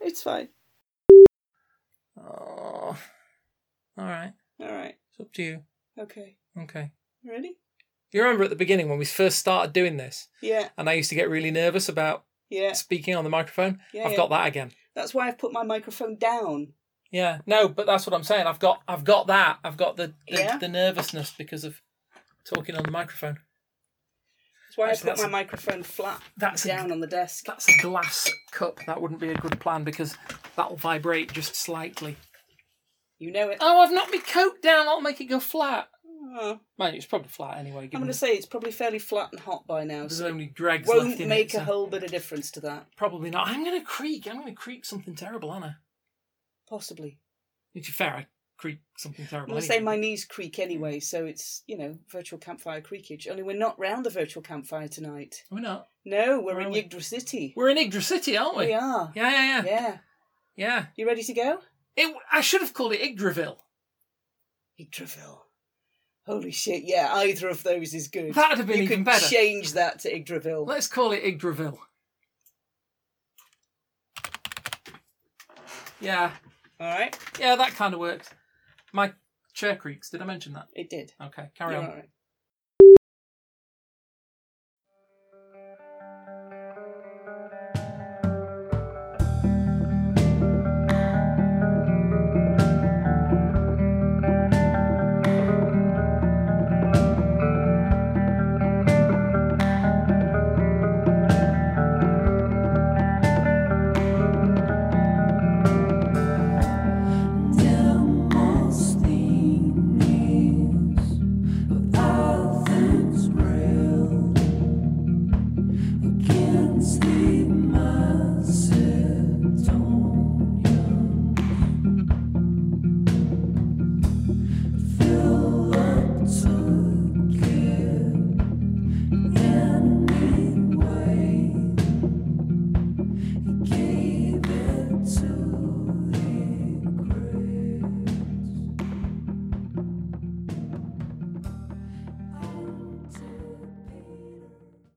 Speaker 2: It's fine.
Speaker 1: Oh. All right.
Speaker 2: All right.
Speaker 1: It's up to you.
Speaker 2: Okay.
Speaker 1: Okay.
Speaker 2: Ready?
Speaker 1: Do you remember at the beginning when we first started doing this,
Speaker 2: Yeah.
Speaker 1: and I used to get really nervous about
Speaker 2: Yeah.
Speaker 1: speaking on the microphone?
Speaker 2: Yeah,
Speaker 1: I've
Speaker 2: yeah.
Speaker 1: got that again.
Speaker 2: That's why I've put my microphone down.
Speaker 1: Yeah. No, but that's what I'm saying. I've got. I've got that. I've got the the,
Speaker 2: Yeah.
Speaker 1: the nervousness because of talking on the microphone.
Speaker 2: That's why
Speaker 1: Actually,
Speaker 2: I put
Speaker 1: that's-
Speaker 2: my microphone flat
Speaker 1: That's a,
Speaker 2: down on the desk.
Speaker 1: that's a glass cup. That wouldn't be a good plan because that'll vibrate just slightly.
Speaker 2: You know it.
Speaker 1: Oh, I've knocked my coat down. I'll make it go flat.
Speaker 2: Oh.
Speaker 1: Mind you, it's probably flat anyway.
Speaker 2: I'm
Speaker 1: Given
Speaker 2: going to say it's probably fairly flat and hot by now,
Speaker 1: there's
Speaker 2: so it
Speaker 1: only dregs
Speaker 2: won't
Speaker 1: left in
Speaker 2: make
Speaker 1: it.
Speaker 2: a
Speaker 1: so
Speaker 2: whole bit of difference to that.
Speaker 1: Probably not. I'm going to creak. I'm going to creak something terrible, aren't I?
Speaker 2: Possibly.
Speaker 1: To be fair, I creak something
Speaker 2: I'm
Speaker 1: terrible.
Speaker 2: going to say my
Speaker 1: anyway.
Speaker 2: knees creak anyway, so it's, you know, virtual campfire creakage. Only we're not round the virtual campfire tonight.
Speaker 1: We're not.
Speaker 2: No, we're
Speaker 1: Where are
Speaker 2: in
Speaker 1: we?
Speaker 2: Yggdrasil City.
Speaker 1: We're in Yggdrasil City, aren't we?
Speaker 2: We are.
Speaker 1: Yeah, yeah, yeah,
Speaker 2: Yeah.
Speaker 1: yeah.
Speaker 2: You ready to go?
Speaker 1: It. I should have called it Yggdrasil.
Speaker 2: Yggdrasil. Holy shit, yeah, either of those is good.
Speaker 1: That'd have been
Speaker 2: you
Speaker 1: even
Speaker 2: could
Speaker 1: better.
Speaker 2: change that to Yggdrasil.
Speaker 1: Let's call it Yggdrasil. Yeah,
Speaker 2: Alright,
Speaker 1: yeah, that kind of works. My chair creaks. Did I mention that?
Speaker 2: it did.
Speaker 1: Okay, carry
Speaker 2: You're
Speaker 1: on.
Speaker 2: all right.